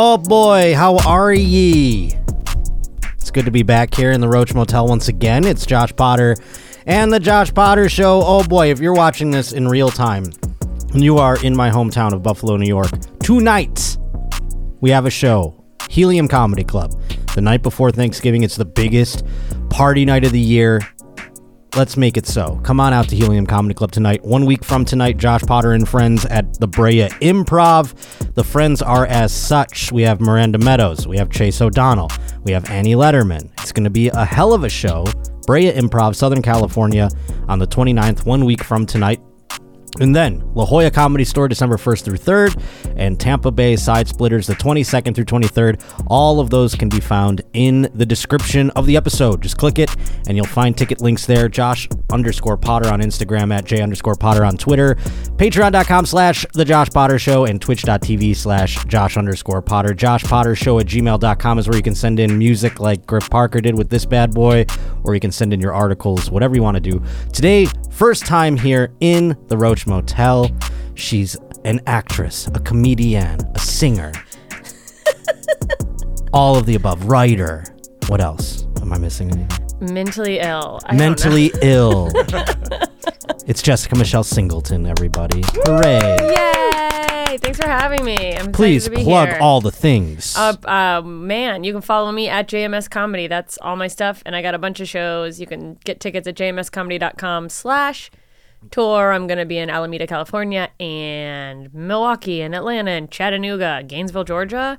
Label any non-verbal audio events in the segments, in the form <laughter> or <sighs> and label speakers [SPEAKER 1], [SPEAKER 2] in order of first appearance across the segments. [SPEAKER 1] Oh boy, how are ye? It's good to be back here in the Roach Motel once again. It's Josh Potter and the Josh Potter Show. Oh boy, if you're watching this in real time, and you are in my hometown of Buffalo, New York, tonight we have a show, Helium Comedy Club. The night before Thanksgiving, it's the biggest party night of the year. Let's make it so. Come on out to Helium Comedy Club tonight. One week from tonight, Josh Potter and friends at the Brea Improv. The friends are as such. We have Miranda Meadows, we have Chase O'Donnell, we have Annie Letterman. It's going to be a hell of a show. Brea Improv, Southern California, on the 29th, one week from tonight. And then La Jolla Comedy Store December 1st through 3rd, and Tampa Bay Side Splitters the 22nd through 23rd. All of those can be found in the description of the episode. Just click it and you'll find ticket links there. Josh underscore Potter on Instagram at J underscore Potter on Twitter, patreon.com slash the Josh Potter Show, and twitch.tv slash Josh underscore Potter. Josh Potter Show at gmail.com is where you can send in music like Griff Parker did with this bad boy, or you can send in your articles, whatever you want to do. Today, first time here in the Roach Motel. She's an actress, a comedian, a singer, all of the above, writer. What else? Am I missing anything?
[SPEAKER 2] Mentally ill. I don't know.
[SPEAKER 1] Mentally ill. It's Jessica Michelle Singleton, everybody. Hooray.
[SPEAKER 2] Yay! Thanks for having me. I'm excited
[SPEAKER 1] Please
[SPEAKER 2] to be
[SPEAKER 1] plug
[SPEAKER 2] here.
[SPEAKER 1] all the things.
[SPEAKER 2] Uh, uh, man, you can follow me at JMS Comedy. That's all my stuff, and I got a bunch of shows. You can get tickets at jmscomedy.com slash tour. I'm going to be in Alameda, California, and Milwaukee, and Atlanta, and Chattanooga, Gainesville, Georgia,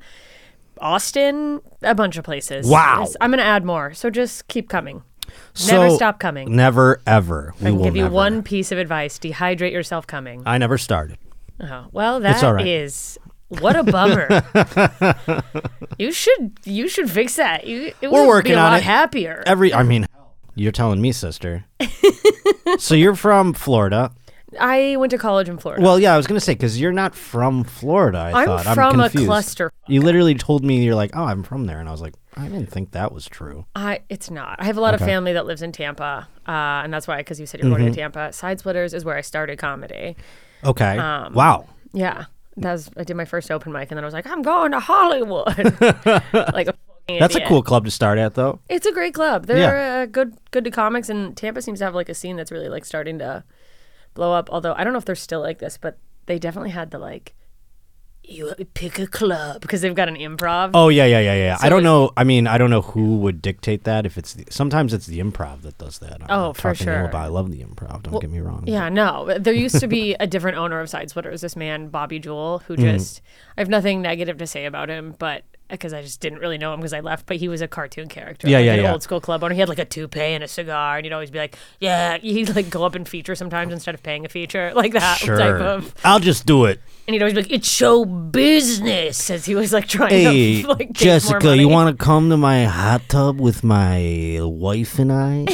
[SPEAKER 2] Austin, a bunch of places.
[SPEAKER 1] Wow.
[SPEAKER 2] It's- I'm going to add more, so just keep coming.
[SPEAKER 1] So-
[SPEAKER 2] never stop coming.
[SPEAKER 1] Never ever. We
[SPEAKER 2] I can
[SPEAKER 1] will
[SPEAKER 2] give you
[SPEAKER 1] never.
[SPEAKER 2] one piece of advice: dehydrate yourself coming.
[SPEAKER 1] I never started.
[SPEAKER 2] Oh, well, that is
[SPEAKER 1] all right.
[SPEAKER 2] what
[SPEAKER 1] <laughs>
[SPEAKER 2] a bummer. you should you should fix that. You, it
[SPEAKER 1] We're
[SPEAKER 2] would
[SPEAKER 1] working
[SPEAKER 2] be a
[SPEAKER 1] on
[SPEAKER 2] lot
[SPEAKER 1] it.
[SPEAKER 2] happier.
[SPEAKER 1] Every I mean you're telling me,
[SPEAKER 2] <laughs>
[SPEAKER 1] sister. so you're from Florida.
[SPEAKER 2] I went to college in Florida.
[SPEAKER 1] Well, yeah, I was gonna say because you're not from Florida. I
[SPEAKER 2] I'm
[SPEAKER 1] thought
[SPEAKER 2] from
[SPEAKER 1] I'm
[SPEAKER 2] a
[SPEAKER 1] confused.
[SPEAKER 2] cluster.
[SPEAKER 1] You literally told me you're like, oh, I'm from there, and I was like, I didn't think that was true.
[SPEAKER 2] I it's not. I have a lot of family that lives in Tampa, uh, and that's why because you said you're going to
[SPEAKER 1] Mm-hmm.
[SPEAKER 2] Tampa. Side Splitters is where I started comedy.
[SPEAKER 1] Okay.
[SPEAKER 2] Um,
[SPEAKER 1] wow.
[SPEAKER 2] Yeah, that's I did my first open mic, and then I was like, I'm going to Hollywood. <laughs> like a fucking
[SPEAKER 1] That's a
[SPEAKER 2] idiot.
[SPEAKER 1] cool club to start at, though.
[SPEAKER 2] It's a great club. They're
[SPEAKER 1] Yeah.
[SPEAKER 2] uh, good good to comics, and Tampa seems to have like a scene that's really like starting to blow up. Although I don't know if they're still like this, but they definitely had the like you pick a club because they've got an improv.
[SPEAKER 1] Oh yeah, yeah, yeah, yeah. I don't know. I mean, I don't know who would dictate that. If it's the, sometimes it's the improv that does that. I'm
[SPEAKER 2] Oh,
[SPEAKER 1] not
[SPEAKER 2] for
[SPEAKER 1] talking ill
[SPEAKER 2] sure.
[SPEAKER 1] about- I love the improv. Don't get me wrong.
[SPEAKER 2] Yeah, no. but There used to be <laughs> a different owner of Side Splitters, this man, Bobby Jewell, who
[SPEAKER 1] Mm-hmm.
[SPEAKER 2] just, I have nothing negative to say about him, but because I just didn't really know him because I left, but he was a cartoon character.
[SPEAKER 1] Yeah,
[SPEAKER 2] like
[SPEAKER 1] yeah,
[SPEAKER 2] an
[SPEAKER 1] yeah.
[SPEAKER 2] old school club owner. He had like a toupee and a cigar, and he'd always be like, yeah, he'd like go up and feature sometimes instead of paying a feature, <laughs> like that type
[SPEAKER 1] Sure.
[SPEAKER 2] of.
[SPEAKER 1] I'll just do
[SPEAKER 2] <laughs>
[SPEAKER 1] it.
[SPEAKER 2] and he'd always be like, "It's show business," as he was like trying
[SPEAKER 1] Hey,
[SPEAKER 2] to <laughs> like get more
[SPEAKER 1] Jessica,
[SPEAKER 2] money.
[SPEAKER 1] you want to come to my hot tub with my wife and I?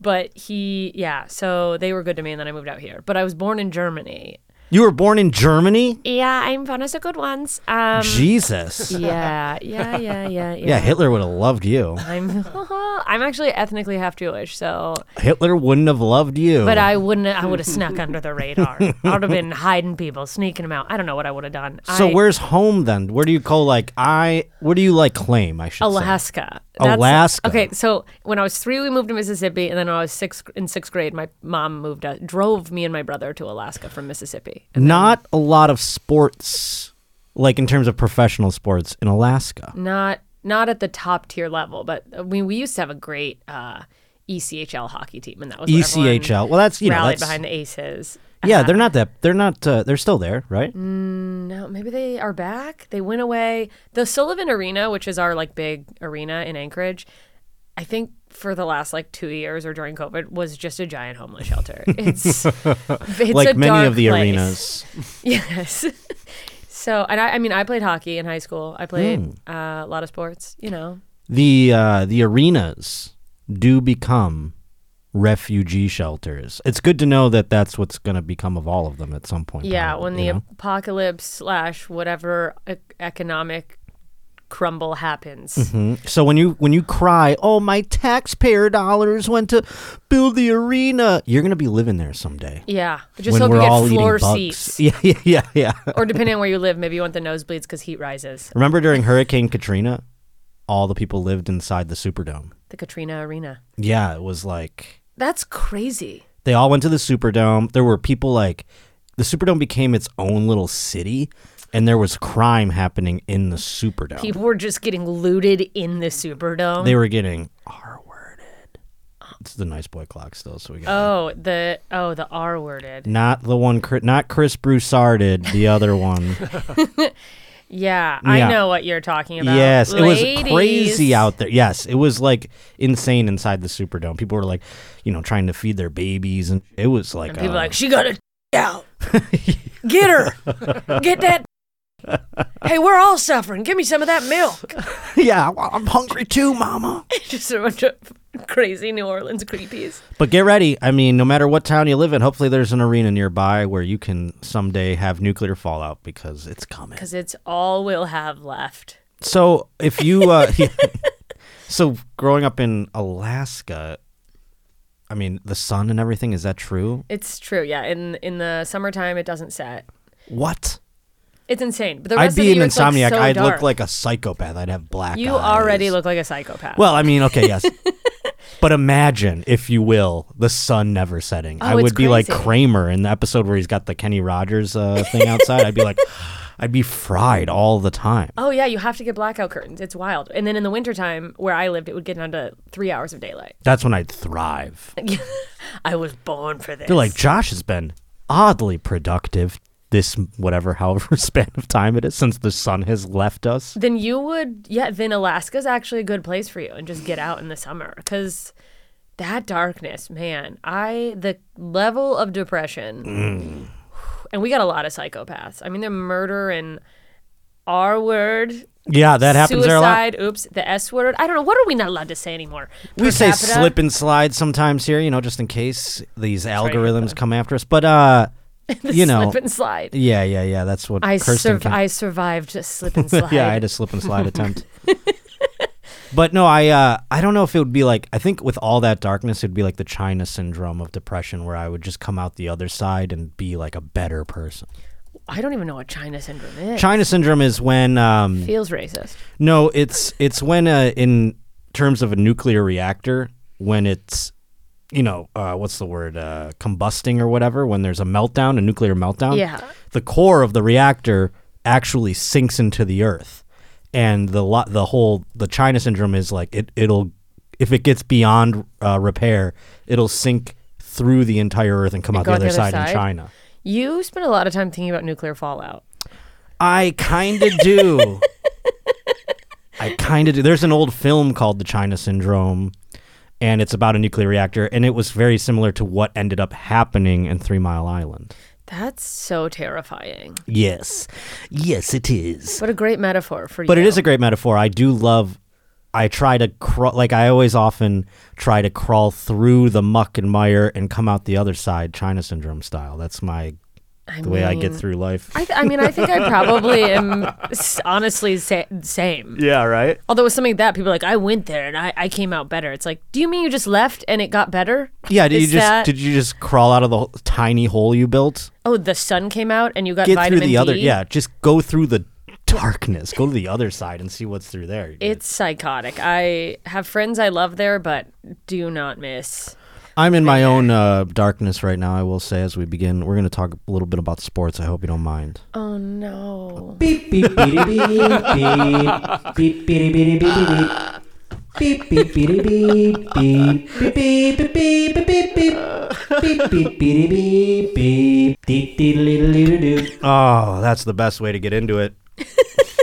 [SPEAKER 2] But he, yeah. So they were good to me, and then I moved out here. But I was born in Germany.
[SPEAKER 1] you were born in Germany.
[SPEAKER 2] Yeah, I'm one of the good ones. <laughs> Um,
[SPEAKER 1] Jesus.
[SPEAKER 2] <laughs> yeah, yeah, yeah, <laughs> yeah, yeah.
[SPEAKER 1] Yeah, Hitler would have loved you.
[SPEAKER 2] I'm, <laughs> I'm actually ethnically half Jewish, so
[SPEAKER 1] Oh, Hitler wouldn't have loved you.
[SPEAKER 2] but I wouldn't. I would have snuck under the radar. I would have been hiding people, sneaking them out. I don't know what I would have done.
[SPEAKER 1] So
[SPEAKER 2] I,
[SPEAKER 1] where's home then? Where do you call like I? Where do you like claim? I should say.
[SPEAKER 2] Alaska. That's-
[SPEAKER 1] Alaska.
[SPEAKER 2] Okay, so when I was three, we moved to Mississippi, and then when I was six in sixth grade, my mom moved out, drove me and my brother to Alaska from Mississippi.
[SPEAKER 1] Not a lot of sports, like in terms of professional sports in Alaska.
[SPEAKER 2] Not not at the top tier level, but uh, we we used to have a great uh, ECHL hockey team, and that was where
[SPEAKER 1] E
[SPEAKER 2] everyone
[SPEAKER 1] ECHL. Well, that's you know
[SPEAKER 2] rallied
[SPEAKER 1] that's
[SPEAKER 2] behind the Aces.
[SPEAKER 1] <laughs> yeah.
[SPEAKER 2] <laughs>
[SPEAKER 1] They're not that. They're not. Uh, they're still there, right?
[SPEAKER 2] Mm. No, maybe they are back. They went away. The Sullivan Arena, which is our like big arena in Anchorage, I think for the last like two years or during COVID was just a giant homeless
[SPEAKER 1] <laughs>
[SPEAKER 2] shelter. It's, it's
[SPEAKER 1] like
[SPEAKER 2] a
[SPEAKER 1] many
[SPEAKER 2] dark
[SPEAKER 1] of the
[SPEAKER 2] place.
[SPEAKER 1] arenas.
[SPEAKER 2] <laughs> Yes. so, and I, I mean, I played hockey in high school. I played
[SPEAKER 1] Mm.
[SPEAKER 2] uh, a lot of sports. You know,
[SPEAKER 1] The uh, the arenas do become refugee shelters. It's good to know that that's what's going to become of all of them at some point.
[SPEAKER 2] Yeah,
[SPEAKER 1] probably,
[SPEAKER 2] when the
[SPEAKER 1] you know?
[SPEAKER 2] apocalypse slash whatever e- economic crumble happens.
[SPEAKER 1] Mhm. So when you when you cry, "Oh, my taxpayer dollars went to build the arena." You're going to be living there someday.
[SPEAKER 2] Yeah, just
[SPEAKER 1] when
[SPEAKER 2] hope
[SPEAKER 1] we're
[SPEAKER 2] you get
[SPEAKER 1] all
[SPEAKER 2] floor
[SPEAKER 1] eating bugs. <laughs>
[SPEAKER 2] seats,
[SPEAKER 1] Yeah, yeah, yeah, yeah.
[SPEAKER 2] or depending on where you live, maybe you want the nosebleeds because heat rises.
[SPEAKER 1] Remember during Hurricane Katrina, all the people lived inside the Superdome.
[SPEAKER 2] The Katrina Arena.
[SPEAKER 1] Yeah, it was like
[SPEAKER 2] That's crazy.
[SPEAKER 1] They all went to the Superdome. There were people like the Superdome became its own little city, and there was crime happening in the Superdome.
[SPEAKER 2] People were just getting looted in the Superdome.
[SPEAKER 1] They were getting R worded. It's the nice boy clock still, so we got
[SPEAKER 2] oh, the oh the R worded.
[SPEAKER 1] not the one, Chri- not Chris Broussarded, the
[SPEAKER 2] <laughs>
[SPEAKER 1] other one.
[SPEAKER 2] Yeah, I
[SPEAKER 1] Yeah.
[SPEAKER 2] know what you're talking about.
[SPEAKER 1] yes, it was
[SPEAKER 2] Ladies.
[SPEAKER 1] crazy out there. Yes, it was like insane inside the Superdome. People were like, you know, trying to feed their babies, and it was like,
[SPEAKER 2] And people
[SPEAKER 1] uh,
[SPEAKER 2] are like, she got it
[SPEAKER 1] <laughs>
[SPEAKER 2] out. Get her. <laughs> Get that. Hey, we're all suffering. Give me some of that milk. <laughs>
[SPEAKER 1] yeah, I'm hungry too, Mama.
[SPEAKER 2] Just a bunch of crazy New Orleans creepies.
[SPEAKER 1] But get ready. I mean, no matter what town you live in, hopefully there's an arena nearby where you can someday have nuclear fallout because it's coming.
[SPEAKER 2] Because it's all we'll have left.
[SPEAKER 1] So if you, uh, <laughs> so growing up in Alaska, I mean, the sun and everything, is that true?
[SPEAKER 2] It's true. Yeah. In in the summertime, it doesn't set.
[SPEAKER 1] What?
[SPEAKER 2] It's insane. But the
[SPEAKER 1] I'd
[SPEAKER 2] rest
[SPEAKER 1] be
[SPEAKER 2] of the
[SPEAKER 1] an
[SPEAKER 2] year, it's, like,
[SPEAKER 1] insomniac.
[SPEAKER 2] so
[SPEAKER 1] I'd
[SPEAKER 2] dark.
[SPEAKER 1] look like a psychopath. I'd have black
[SPEAKER 2] You
[SPEAKER 1] eyes.
[SPEAKER 2] already look like a psychopath.
[SPEAKER 1] Well, I mean, okay,
[SPEAKER 2] <laughs>
[SPEAKER 1] yes. but imagine, if you will, the sun never setting. I
[SPEAKER 2] Oh, it's
[SPEAKER 1] would be like
[SPEAKER 2] crazy.
[SPEAKER 1] Kramer in the episode where he's got the Kenny Rogers uh, thing outside. I'd be
[SPEAKER 2] <laughs>
[SPEAKER 1] like, I'd be fried all the time.
[SPEAKER 2] oh, yeah. You have to get blackout curtains. It's wild. And then in the wintertime, where I lived, it would get down to three hours of daylight.
[SPEAKER 1] That's when I'd thrive.
[SPEAKER 2] <laughs> I was born for this.
[SPEAKER 1] They're like, Josh has been oddly productive this whatever, <laughs> however span of time it is since the sun has left us.
[SPEAKER 2] then you would yeah then alaska's actually a good place for you and just get out in the summer because that darkness man i the level of depression
[SPEAKER 1] Mm.
[SPEAKER 2] and we got a lot of psychopaths i mean the murder and r word
[SPEAKER 1] Yeah, that happens there a lot.
[SPEAKER 2] suicide oops the s word i don't know what are we not allowed to say anymore
[SPEAKER 1] we
[SPEAKER 2] Per
[SPEAKER 1] say
[SPEAKER 2] capita?
[SPEAKER 1] slip and slide sometimes here, you know, just in case these
[SPEAKER 2] right,
[SPEAKER 1] algorithms come after us. But
[SPEAKER 2] <laughs>
[SPEAKER 1] uh, you know,
[SPEAKER 2] slip and slide
[SPEAKER 1] yeah, yeah, yeah. That's what
[SPEAKER 2] I,
[SPEAKER 1] Kirsten.
[SPEAKER 2] surv-
[SPEAKER 1] Ken-
[SPEAKER 2] I survived a slip and
[SPEAKER 1] <laughs>
[SPEAKER 2] slide
[SPEAKER 1] yeah, I had a slip and slide
[SPEAKER 2] <laughs>
[SPEAKER 1] attempt. But no, I uh, I don't know if it would be like I think with all that darkness, it'd be like the China syndrome of depression, where I would just come out the other side and be like a better person.
[SPEAKER 2] I don't even know what china syndrome is
[SPEAKER 1] China syndrome is when um,
[SPEAKER 2] feels racist
[SPEAKER 1] no, it's it's when uh, in terms of a nuclear reactor, when it's you know uh, what's the word uh, combusting or whatever, when there's a meltdown, a nuclear meltdown.
[SPEAKER 2] Yeah.
[SPEAKER 1] the core of the reactor actually sinks into the earth, and the lo- the whole the China syndrome is like it it'll if it gets beyond uh, repair, it'll sink through the entire earth and come out
[SPEAKER 2] go
[SPEAKER 1] the
[SPEAKER 2] out the
[SPEAKER 1] other,
[SPEAKER 2] other
[SPEAKER 1] side, in
[SPEAKER 2] side?
[SPEAKER 1] China.
[SPEAKER 2] you spend a lot of time thinking about nuclear fallout
[SPEAKER 1] I kind of <laughs> do. I kind of do. There's an old film called The China Syndrome, and it's about a nuclear reactor, and it was very similar to what ended up happening in Three Mile Island.
[SPEAKER 2] That's so terrifying.
[SPEAKER 1] Yes. Yes, it is.
[SPEAKER 2] What a great metaphor for
[SPEAKER 1] But
[SPEAKER 2] you.
[SPEAKER 1] it is a great metaphor. I do love. I try to crawl, like I always often try to crawl through the muck and mire and come out the other side, China Syndrome style. That's my, the
[SPEAKER 2] I
[SPEAKER 1] way I get
[SPEAKER 2] mean-
[SPEAKER 1] through life.
[SPEAKER 2] I, th- I mean, I think I probably am s- honestly sa- same.
[SPEAKER 1] yeah, right?
[SPEAKER 2] Although with something like that, people are like, I went there and I, I came out better. It's like, do you mean you just left and it got better?
[SPEAKER 1] Yeah, did
[SPEAKER 2] Is
[SPEAKER 1] you just
[SPEAKER 2] that-
[SPEAKER 1] did you just crawl out of the ho- tiny hole you built?
[SPEAKER 2] Oh, the sun came out and you got
[SPEAKER 1] Get
[SPEAKER 2] vitamin
[SPEAKER 1] through the other.
[SPEAKER 2] D?
[SPEAKER 1] Yeah, just go through the darkness. Go to the other side and see what's through there.
[SPEAKER 2] It's psychotic. I have friends I love there, but do not miss.
[SPEAKER 1] I'm in my own uh, darkness right now. I will say as we begin, we're going to talk a little bit about sports. I hope you don't mind.
[SPEAKER 2] Oh no.
[SPEAKER 3] Beep beep beep beep beep beep beep beep beep beep beep beep beep beep beep beep beep beep beep beep beep beep beep beep beep beep dee dee little little doo.
[SPEAKER 1] Oh, that's the best way to get into it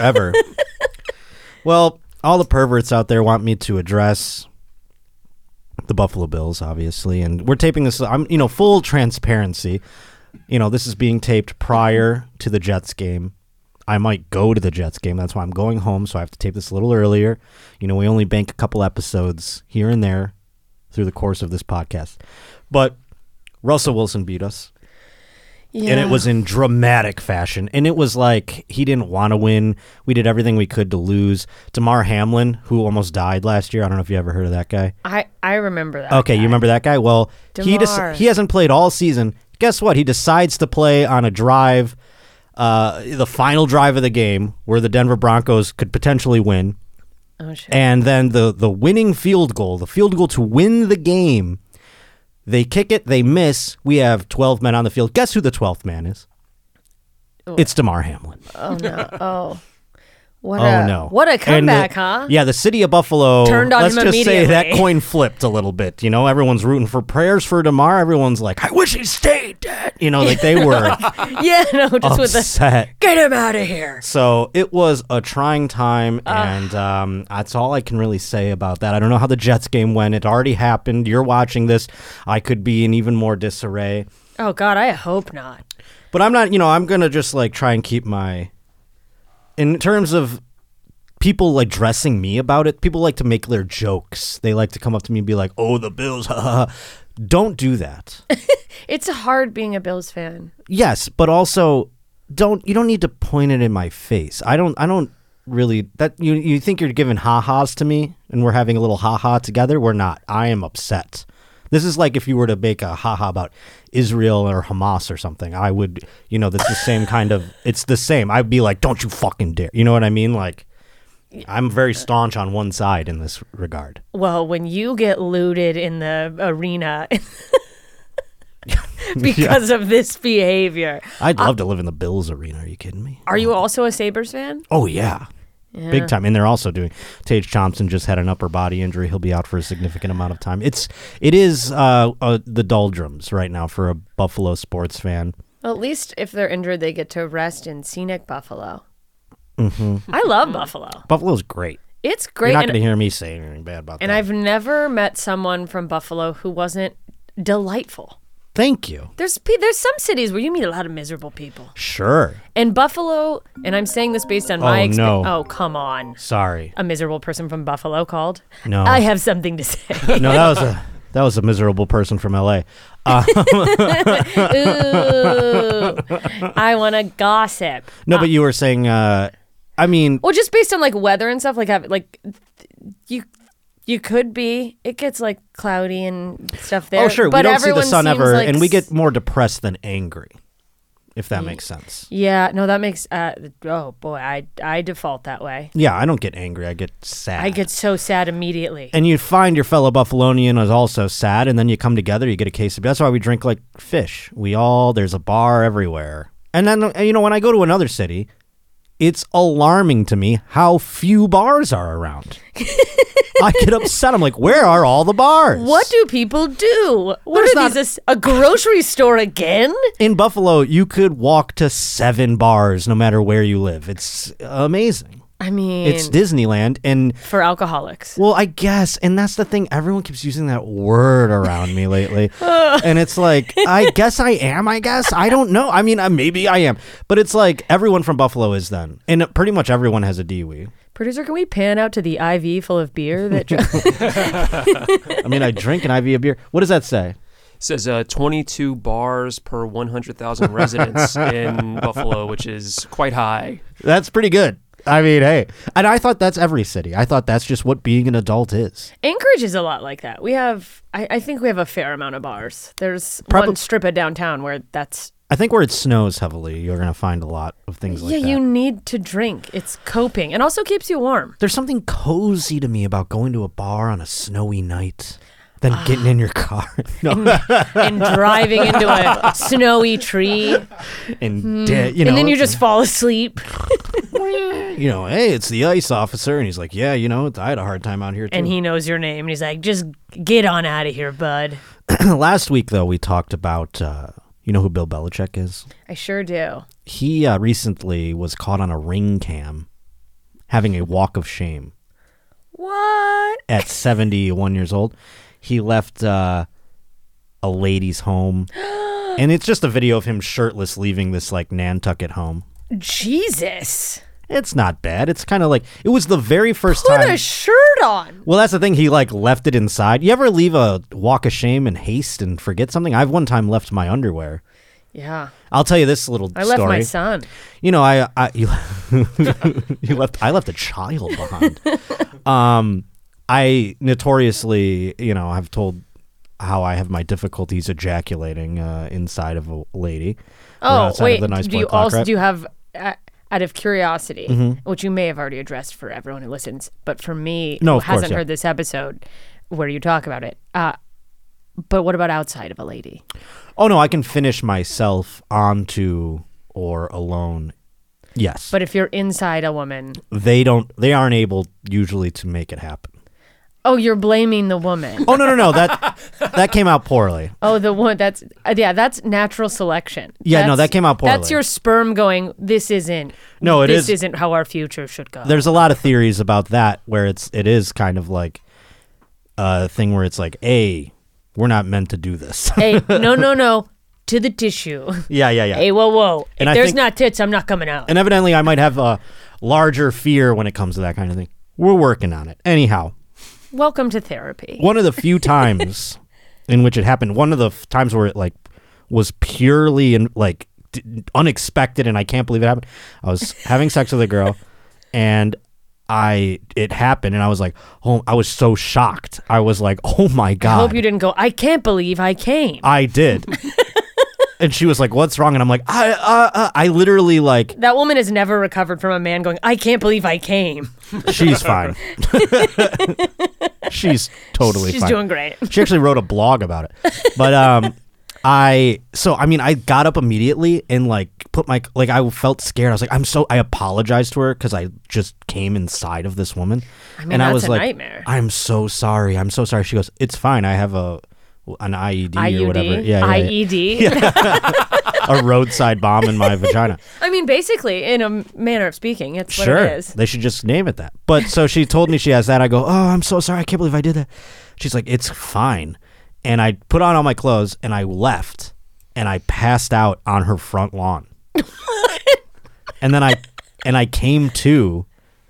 [SPEAKER 1] ever. well, all the perverts out there want me to address the Buffalo Bills, obviously, and we're taping this. I'm, you know, full transparency. You know, this is being taped prior to the Jets game. I might go to the Jets game. That's why I'm going home, so I have to tape this a little earlier. You know, we only bank a couple episodes here and there through the course of this podcast. But Russell Wilson beat us.
[SPEAKER 2] Yeah.
[SPEAKER 1] And it was in dramatic fashion. And it was like he didn't want to win. We did everything we could to lose. Damar Hamlin, who almost died last year. I don't know if you ever heard of that guy.
[SPEAKER 2] I I remember that.
[SPEAKER 1] Okay, you remember that guy? Well, he
[SPEAKER 2] Damar.
[SPEAKER 1] dec- he hasn't played all season. Guess what? He decides to play on a drive, uh, the final drive of the game, where the Denver Broncos could potentially win,
[SPEAKER 2] Oh shit.
[SPEAKER 1] and then the the winning field goal, the field goal to win the game. They kick it, they miss. We have twelve men on the field. Guess who the twelfth man is? It's Damar Hamlin.
[SPEAKER 2] oh no. Oh. What
[SPEAKER 1] Oh
[SPEAKER 2] a
[SPEAKER 1] no!
[SPEAKER 2] what a
[SPEAKER 1] And the-
[SPEAKER 2] comeback, huh?
[SPEAKER 1] <laughs> Yeah, the city of Buffalo
[SPEAKER 2] Turned on
[SPEAKER 1] Let's
[SPEAKER 2] him
[SPEAKER 1] just say that
[SPEAKER 2] immediately.
[SPEAKER 1] coin flipped a little bit. You know, everyone's rooting for prayers for Demar. Everyone's like, "I wish he stayed." Dad." You know, like they
[SPEAKER 2] <laughs>
[SPEAKER 1] were
[SPEAKER 2] Yeah, no, just
[SPEAKER 1] Oh,
[SPEAKER 2] with the
[SPEAKER 1] upset.
[SPEAKER 2] get him out of here.
[SPEAKER 1] So it was a trying time, and um, that's all I can really say about that. I don't know how the Jets game went. It already happened. You're watching this. I could be in even more disarray,
[SPEAKER 2] Oh god, I hope not.
[SPEAKER 1] but I'm not. You know, I'm gonna just like try and keep my. In terms of people like dressing me about it, people like to make their jokes. They like to come up to me and be like, "Oh, the Bills." <laughs> ha, ha, ha." don't do that.
[SPEAKER 2] It's hard being a Bills fan.
[SPEAKER 1] yes, but also don't you don't need to point it in my face. I don't I don't really that you you think you're giving ha-has to me and we're having a little ha-ha together. We're not. I am upset. This is like if you were to make a ha-ha about Israel or Hamas or something. I would, you know, that's the same kind of it's the same. I'd be like, "Don't you fucking dare." You know what I mean? Like I'm very staunch on one side in this regard.
[SPEAKER 2] Well, when you get looted in the arena <laughs>
[SPEAKER 1] <laughs>
[SPEAKER 2] because of this behavior.
[SPEAKER 1] I'd love to live in the Bills arena. Are you kidding me?
[SPEAKER 2] Are you also a Sabres fan?
[SPEAKER 1] Oh yeah. Big time. And they're also doing Tage Thompson just had an upper body injury. He'll be out for a significant amount of time. It's it is uh, uh the doldrums right now for a Buffalo sports fan.
[SPEAKER 2] Well, at least if they're injured, they get to rest in scenic Buffalo.
[SPEAKER 1] Mm-hmm.
[SPEAKER 2] I love Buffalo.
[SPEAKER 1] Buffalo's great.
[SPEAKER 2] It's
[SPEAKER 1] You're
[SPEAKER 2] great.
[SPEAKER 1] not
[SPEAKER 2] and
[SPEAKER 1] going to hear me say anything bad about
[SPEAKER 2] and
[SPEAKER 1] that.
[SPEAKER 2] I've never met someone from Buffalo who wasn't delightful.
[SPEAKER 1] Thank you.
[SPEAKER 2] There's pe- there's some cities where you meet a lot of miserable people.
[SPEAKER 1] Sure.
[SPEAKER 2] And Buffalo, and I'm saying this based on my
[SPEAKER 1] Oh,
[SPEAKER 2] experience.
[SPEAKER 1] no.
[SPEAKER 2] Oh, come on.
[SPEAKER 1] Sorry.
[SPEAKER 2] A miserable person from Buffalo called.
[SPEAKER 1] No.
[SPEAKER 2] I have something to say.
[SPEAKER 1] No, that was
[SPEAKER 2] <laughs>
[SPEAKER 1] a that was a miserable person from L.A.
[SPEAKER 2] Ooh, I want to gossip.
[SPEAKER 1] No, but you were saying. uh I mean,
[SPEAKER 2] Well, just based on like weather and stuff, like have like th- you you could be. It gets like cloudy and stuff there.
[SPEAKER 1] oh sure, we
[SPEAKER 2] but
[SPEAKER 1] don't see the
[SPEAKER 2] everyone
[SPEAKER 1] sun
[SPEAKER 2] seems
[SPEAKER 1] ever,
[SPEAKER 2] like
[SPEAKER 1] and we
[SPEAKER 2] s-
[SPEAKER 1] get more depressed than angry, if that makes sense.
[SPEAKER 2] Yeah, no, that makes. Uh, oh boy, I I default that way.
[SPEAKER 1] Yeah, I don't get angry. I get sad.
[SPEAKER 2] I get so sad immediately.
[SPEAKER 1] and you find your fellow Buffalonian is also sad, and then you come together, you get a case of. That's why we drink like fish. We all there's a bar everywhere, and then uh, you know when I go to another city, it's alarming to me how few bars are around.
[SPEAKER 2] <laughs>
[SPEAKER 1] I get upset. I'm like, where are all the bars?
[SPEAKER 2] What do people do? What
[SPEAKER 1] There's
[SPEAKER 2] are
[SPEAKER 1] not-
[SPEAKER 2] these? a s- A grocery store again?
[SPEAKER 1] in Buffalo? You could walk to seven bars no matter where you live. It's amazing.
[SPEAKER 2] I mean,
[SPEAKER 1] It's Disneyland, and
[SPEAKER 2] for alcoholics.
[SPEAKER 1] Well, I guess, and that's the thing. Everyone keeps using that word around me
[SPEAKER 2] <laughs>
[SPEAKER 1] lately, and it's like, I guess I am. I guess I don't know. I mean, uh, maybe I am, but it's like everyone from Buffalo is then, and pretty much everyone has a DUI.
[SPEAKER 2] Producer, can we pan out to the IV full of beer that?
[SPEAKER 1] <laughs>
[SPEAKER 2] Jo-
[SPEAKER 1] I mean, I drink an IV of beer. What does that say?
[SPEAKER 4] says uh, 22 bars per
[SPEAKER 1] <laughs>
[SPEAKER 4] 100,000 residents in Buffalo, which is quite high.
[SPEAKER 1] That's pretty good. I mean, hey, and I thought that's every city. I thought that's just what being an adult is.
[SPEAKER 2] Anchorage is a lot like that. We have, I, I think we have a fair amount of bars. There's one strip of downtown where that's.
[SPEAKER 1] I think where it snows heavily, you're gonna find a lot of things like
[SPEAKER 2] yeah,
[SPEAKER 1] that.
[SPEAKER 2] you need to drink. It's coping and also keeps you warm.
[SPEAKER 1] There's something cozy to me about going to a bar on a snowy night than
[SPEAKER 2] Ah.
[SPEAKER 1] getting in your car <laughs> no,
[SPEAKER 2] And driving
[SPEAKER 1] <laughs>
[SPEAKER 2] into a snowy tree.
[SPEAKER 1] and dead, Uh, you know.
[SPEAKER 2] Hmm. and then you just fall asleep.
[SPEAKER 1] you know, hey, it's the ice officer, and he's like, yeah, you know, I had a hard time out here too.
[SPEAKER 2] And he knows your name. And he's like, just get on out of here, bud.
[SPEAKER 1] <clears throat> Last week though, we talked about uh, you know who Bill Belichick is.
[SPEAKER 2] I sure do.
[SPEAKER 1] He uh, recently was caught on a ring cam having a walk of shame
[SPEAKER 2] What?
[SPEAKER 1] at
[SPEAKER 2] <laughs>
[SPEAKER 1] 71 years old. He left uh, a lady's
[SPEAKER 2] <gasps>
[SPEAKER 1] home, and it's just a video of him shirtless leaving this like Nantucket home.
[SPEAKER 2] Jesus.
[SPEAKER 1] It's not bad. It's kind of like it was the very first
[SPEAKER 2] Put
[SPEAKER 1] time.
[SPEAKER 2] a shirt on.
[SPEAKER 1] well, that's the thing. He like left it inside. You ever leave a walk of shame and haste and forget something? I've one time left my underwear.
[SPEAKER 2] Yeah.
[SPEAKER 1] I'll tell you this little
[SPEAKER 2] I
[SPEAKER 1] story.
[SPEAKER 2] left my son.
[SPEAKER 1] You know, I, I you, <laughs> you left I left a child
[SPEAKER 2] <laughs>
[SPEAKER 1] behind. um, I notoriously, you know, have told how I have my difficulties ejaculating uh, inside of a lady. or
[SPEAKER 2] Oh,
[SPEAKER 1] outside of
[SPEAKER 2] wait.
[SPEAKER 1] the Nice
[SPEAKER 2] do
[SPEAKER 1] Boy
[SPEAKER 2] you
[SPEAKER 1] Clock
[SPEAKER 2] also
[SPEAKER 1] Rep.
[SPEAKER 2] do you have uh, out of curiosity,
[SPEAKER 1] Mm-hmm.
[SPEAKER 2] which you may have already addressed for everyone who listens, but for me
[SPEAKER 1] No,
[SPEAKER 2] who
[SPEAKER 1] of course,
[SPEAKER 2] hasn't
[SPEAKER 1] yeah.
[SPEAKER 2] heard this episode where you talk about it. Uh, but what about outside of a lady?
[SPEAKER 1] Oh no, I can finish myself onto or alone. Yes,
[SPEAKER 2] But if you're inside a woman,
[SPEAKER 1] they don't. They aren't able usually to make it happen.
[SPEAKER 2] oh, you're blaming the woman.
[SPEAKER 1] Oh no, no, no. That that came out poorly.
[SPEAKER 2] Oh, the one that's uh, yeah, that's natural selection.
[SPEAKER 1] Yeah, no,
[SPEAKER 2] That's-
[SPEAKER 1] that came out
[SPEAKER 2] That's
[SPEAKER 1] poorly.
[SPEAKER 2] your sperm going. This isn't.
[SPEAKER 1] No, it
[SPEAKER 2] this
[SPEAKER 1] is-
[SPEAKER 2] This isn't how our future should go.
[SPEAKER 1] there's a lot of theories about that where it's it is kind of like a thing where it's like a we're not meant to do this <laughs>
[SPEAKER 2] hey, no, no, no, to the tissue.
[SPEAKER 1] yeah yeah yeah
[SPEAKER 2] Hey, whoa, whoa. If
[SPEAKER 1] And I
[SPEAKER 2] there's
[SPEAKER 1] think-
[SPEAKER 2] not tits, I'm not coming out.
[SPEAKER 1] and evidently i might have a larger fear when it comes to that kind of thing we're working on it anyhow
[SPEAKER 2] Welcome to therapy.
[SPEAKER 1] one of the
[SPEAKER 2] <laughs>
[SPEAKER 1] few times in which it happened one of the f- times where it like was purely and like d- unexpected and i can't believe it happened i was having sex with a girl and i it happened and i was like oh i was so shocked i was like oh my god
[SPEAKER 2] I hope you didn't go. I can't believe I came.
[SPEAKER 1] I
[SPEAKER 2] <laughs>
[SPEAKER 1] did. and she was like, "What's wrong?" And I'm like, "I, uh, uh, I literally like,
[SPEAKER 2] that woman has never recovered from a man going. I can't believe I came.
[SPEAKER 1] she's
[SPEAKER 2] <laughs>
[SPEAKER 1] fine. <laughs> she's totally
[SPEAKER 2] She's
[SPEAKER 1] fine.
[SPEAKER 2] doing great.
[SPEAKER 1] she actually wrote a blog about it. But um, I so I mean, I got up immediately and like put my like I felt scared. I was like, I'm so I apologized to her because I just came inside of this woman, I
[SPEAKER 2] mean,
[SPEAKER 1] and I
[SPEAKER 2] that's
[SPEAKER 1] was
[SPEAKER 2] a
[SPEAKER 1] like,
[SPEAKER 2] nightmare.
[SPEAKER 1] I'm so sorry. I'm so sorry. She goes, It's fine. I have a an IED or
[SPEAKER 2] IUD,
[SPEAKER 1] whatever. Yeah, yeah, <laughs> yeah.
[SPEAKER 2] IED.
[SPEAKER 1] a roadside bomb in my vagina.
[SPEAKER 2] <laughs> I mean, basically, in a manner of speaking, it's
[SPEAKER 1] Sure.
[SPEAKER 2] what it is.
[SPEAKER 1] They should just name it that. But so she told me she has that. I go, Oh, I'm so sorry. I can't believe I did that. She's like, It's fine. And I put on all my clothes and I left and I passed out on her front
[SPEAKER 2] <laughs>
[SPEAKER 1] lawn. and then I and I came to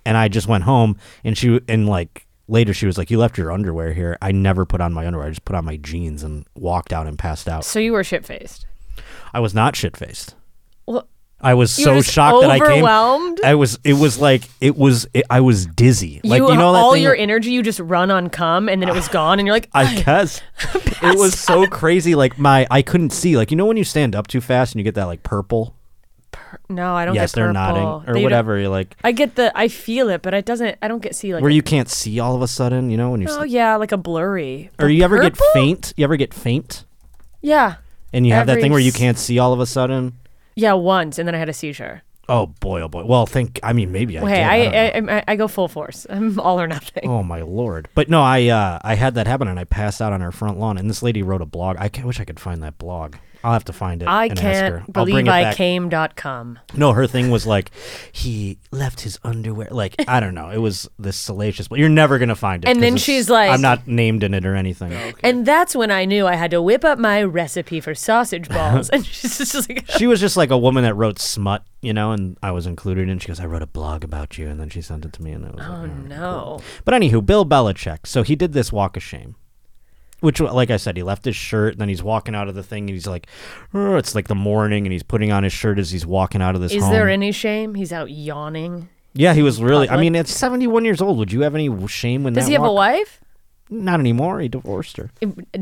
[SPEAKER 1] and I just went home and she and like later she was like, You left your underwear here. I never put on my underwear. I just put on my jeans and walked out and passed out.
[SPEAKER 2] So you were shit faced.
[SPEAKER 1] I was not shit faced.
[SPEAKER 2] Well,
[SPEAKER 1] I was
[SPEAKER 2] You
[SPEAKER 1] so
[SPEAKER 2] were just
[SPEAKER 1] shocked that I came.
[SPEAKER 2] overwhelmed?
[SPEAKER 1] I was. It was like it was. It, I was dizzy. Like
[SPEAKER 2] you,
[SPEAKER 1] you, know that
[SPEAKER 2] all
[SPEAKER 1] thing.
[SPEAKER 2] your energy you just run on cum and then it was gone and you're like
[SPEAKER 1] <sighs>
[SPEAKER 2] <laughs>
[SPEAKER 1] I guess it was so crazy. Like my, I couldn't see. Like you know when you stand up too fast and you get that like purple.
[SPEAKER 2] no i don't
[SPEAKER 1] Yes,
[SPEAKER 2] get
[SPEAKER 1] they're
[SPEAKER 2] purple.
[SPEAKER 1] nodding
[SPEAKER 2] They
[SPEAKER 1] or
[SPEAKER 2] don't-
[SPEAKER 1] whatever. You're like
[SPEAKER 2] i get the i feel it but it doesn't i don't get see like
[SPEAKER 1] where
[SPEAKER 2] a-
[SPEAKER 1] you can't see all of a sudden. You know when you.
[SPEAKER 2] oh yeah like a blurry
[SPEAKER 1] or
[SPEAKER 2] But
[SPEAKER 1] you ever
[SPEAKER 2] purple?
[SPEAKER 1] get faint? You ever get faint?
[SPEAKER 2] yeah
[SPEAKER 1] And you have that
[SPEAKER 2] Every
[SPEAKER 1] thing where you
[SPEAKER 2] s-
[SPEAKER 1] can't see all of a sudden.
[SPEAKER 2] yeah once and then i had a seizure
[SPEAKER 1] Oh boy! Oh boy! Well, think. I mean, maybe I.
[SPEAKER 2] hey
[SPEAKER 1] did, I don't know.
[SPEAKER 2] I I, I I go full force <laughs> i'm all or nothing
[SPEAKER 1] Oh my lord! But no, I uh, I had that happen, and I passed out on her front lawn. And this lady wrote a blog. I ca- wish I could find that blog. I'll have to find it.
[SPEAKER 2] i
[SPEAKER 1] and ask her.
[SPEAKER 2] can't
[SPEAKER 1] I'll bring
[SPEAKER 2] believe
[SPEAKER 1] it
[SPEAKER 2] i
[SPEAKER 1] back.
[SPEAKER 2] came dot com
[SPEAKER 1] No, her thing was like he left his underwear. Like I don't know. It was this salacious. But you're never gonna find it.
[SPEAKER 2] And
[SPEAKER 1] 'cause
[SPEAKER 2] then
[SPEAKER 1] it's-
[SPEAKER 2] she's like-
[SPEAKER 1] I'm not named in it or anything.
[SPEAKER 2] and that's when i knew i had to whip up my recipe
[SPEAKER 1] <laughs>
[SPEAKER 2] for sausage balls and <laughs> she's just like
[SPEAKER 1] She was just like a woman that wrote smut, you know, and I was included. And she goes, "I wrote a blog about you," and then she sent it to me, and it was.
[SPEAKER 2] oh
[SPEAKER 1] like, "Alright."
[SPEAKER 2] no
[SPEAKER 1] But anywho, Bill Belichick. So he did this walk of shame, which, like I said, he left his shirt. And then he's walking out of the thing, and he's like, "Oh, it's like the morning," and he's putting on his shirt as he's walking out of this.
[SPEAKER 2] is
[SPEAKER 1] home.
[SPEAKER 2] there any shame he's out yawning
[SPEAKER 1] Yeah, he was really. I
[SPEAKER 2] public?
[SPEAKER 1] mean, at seventy-one years old, would you have any w- shame when
[SPEAKER 2] does
[SPEAKER 1] that
[SPEAKER 2] he have a
[SPEAKER 1] walk-
[SPEAKER 2] wife
[SPEAKER 1] Not anymore. He divorced her.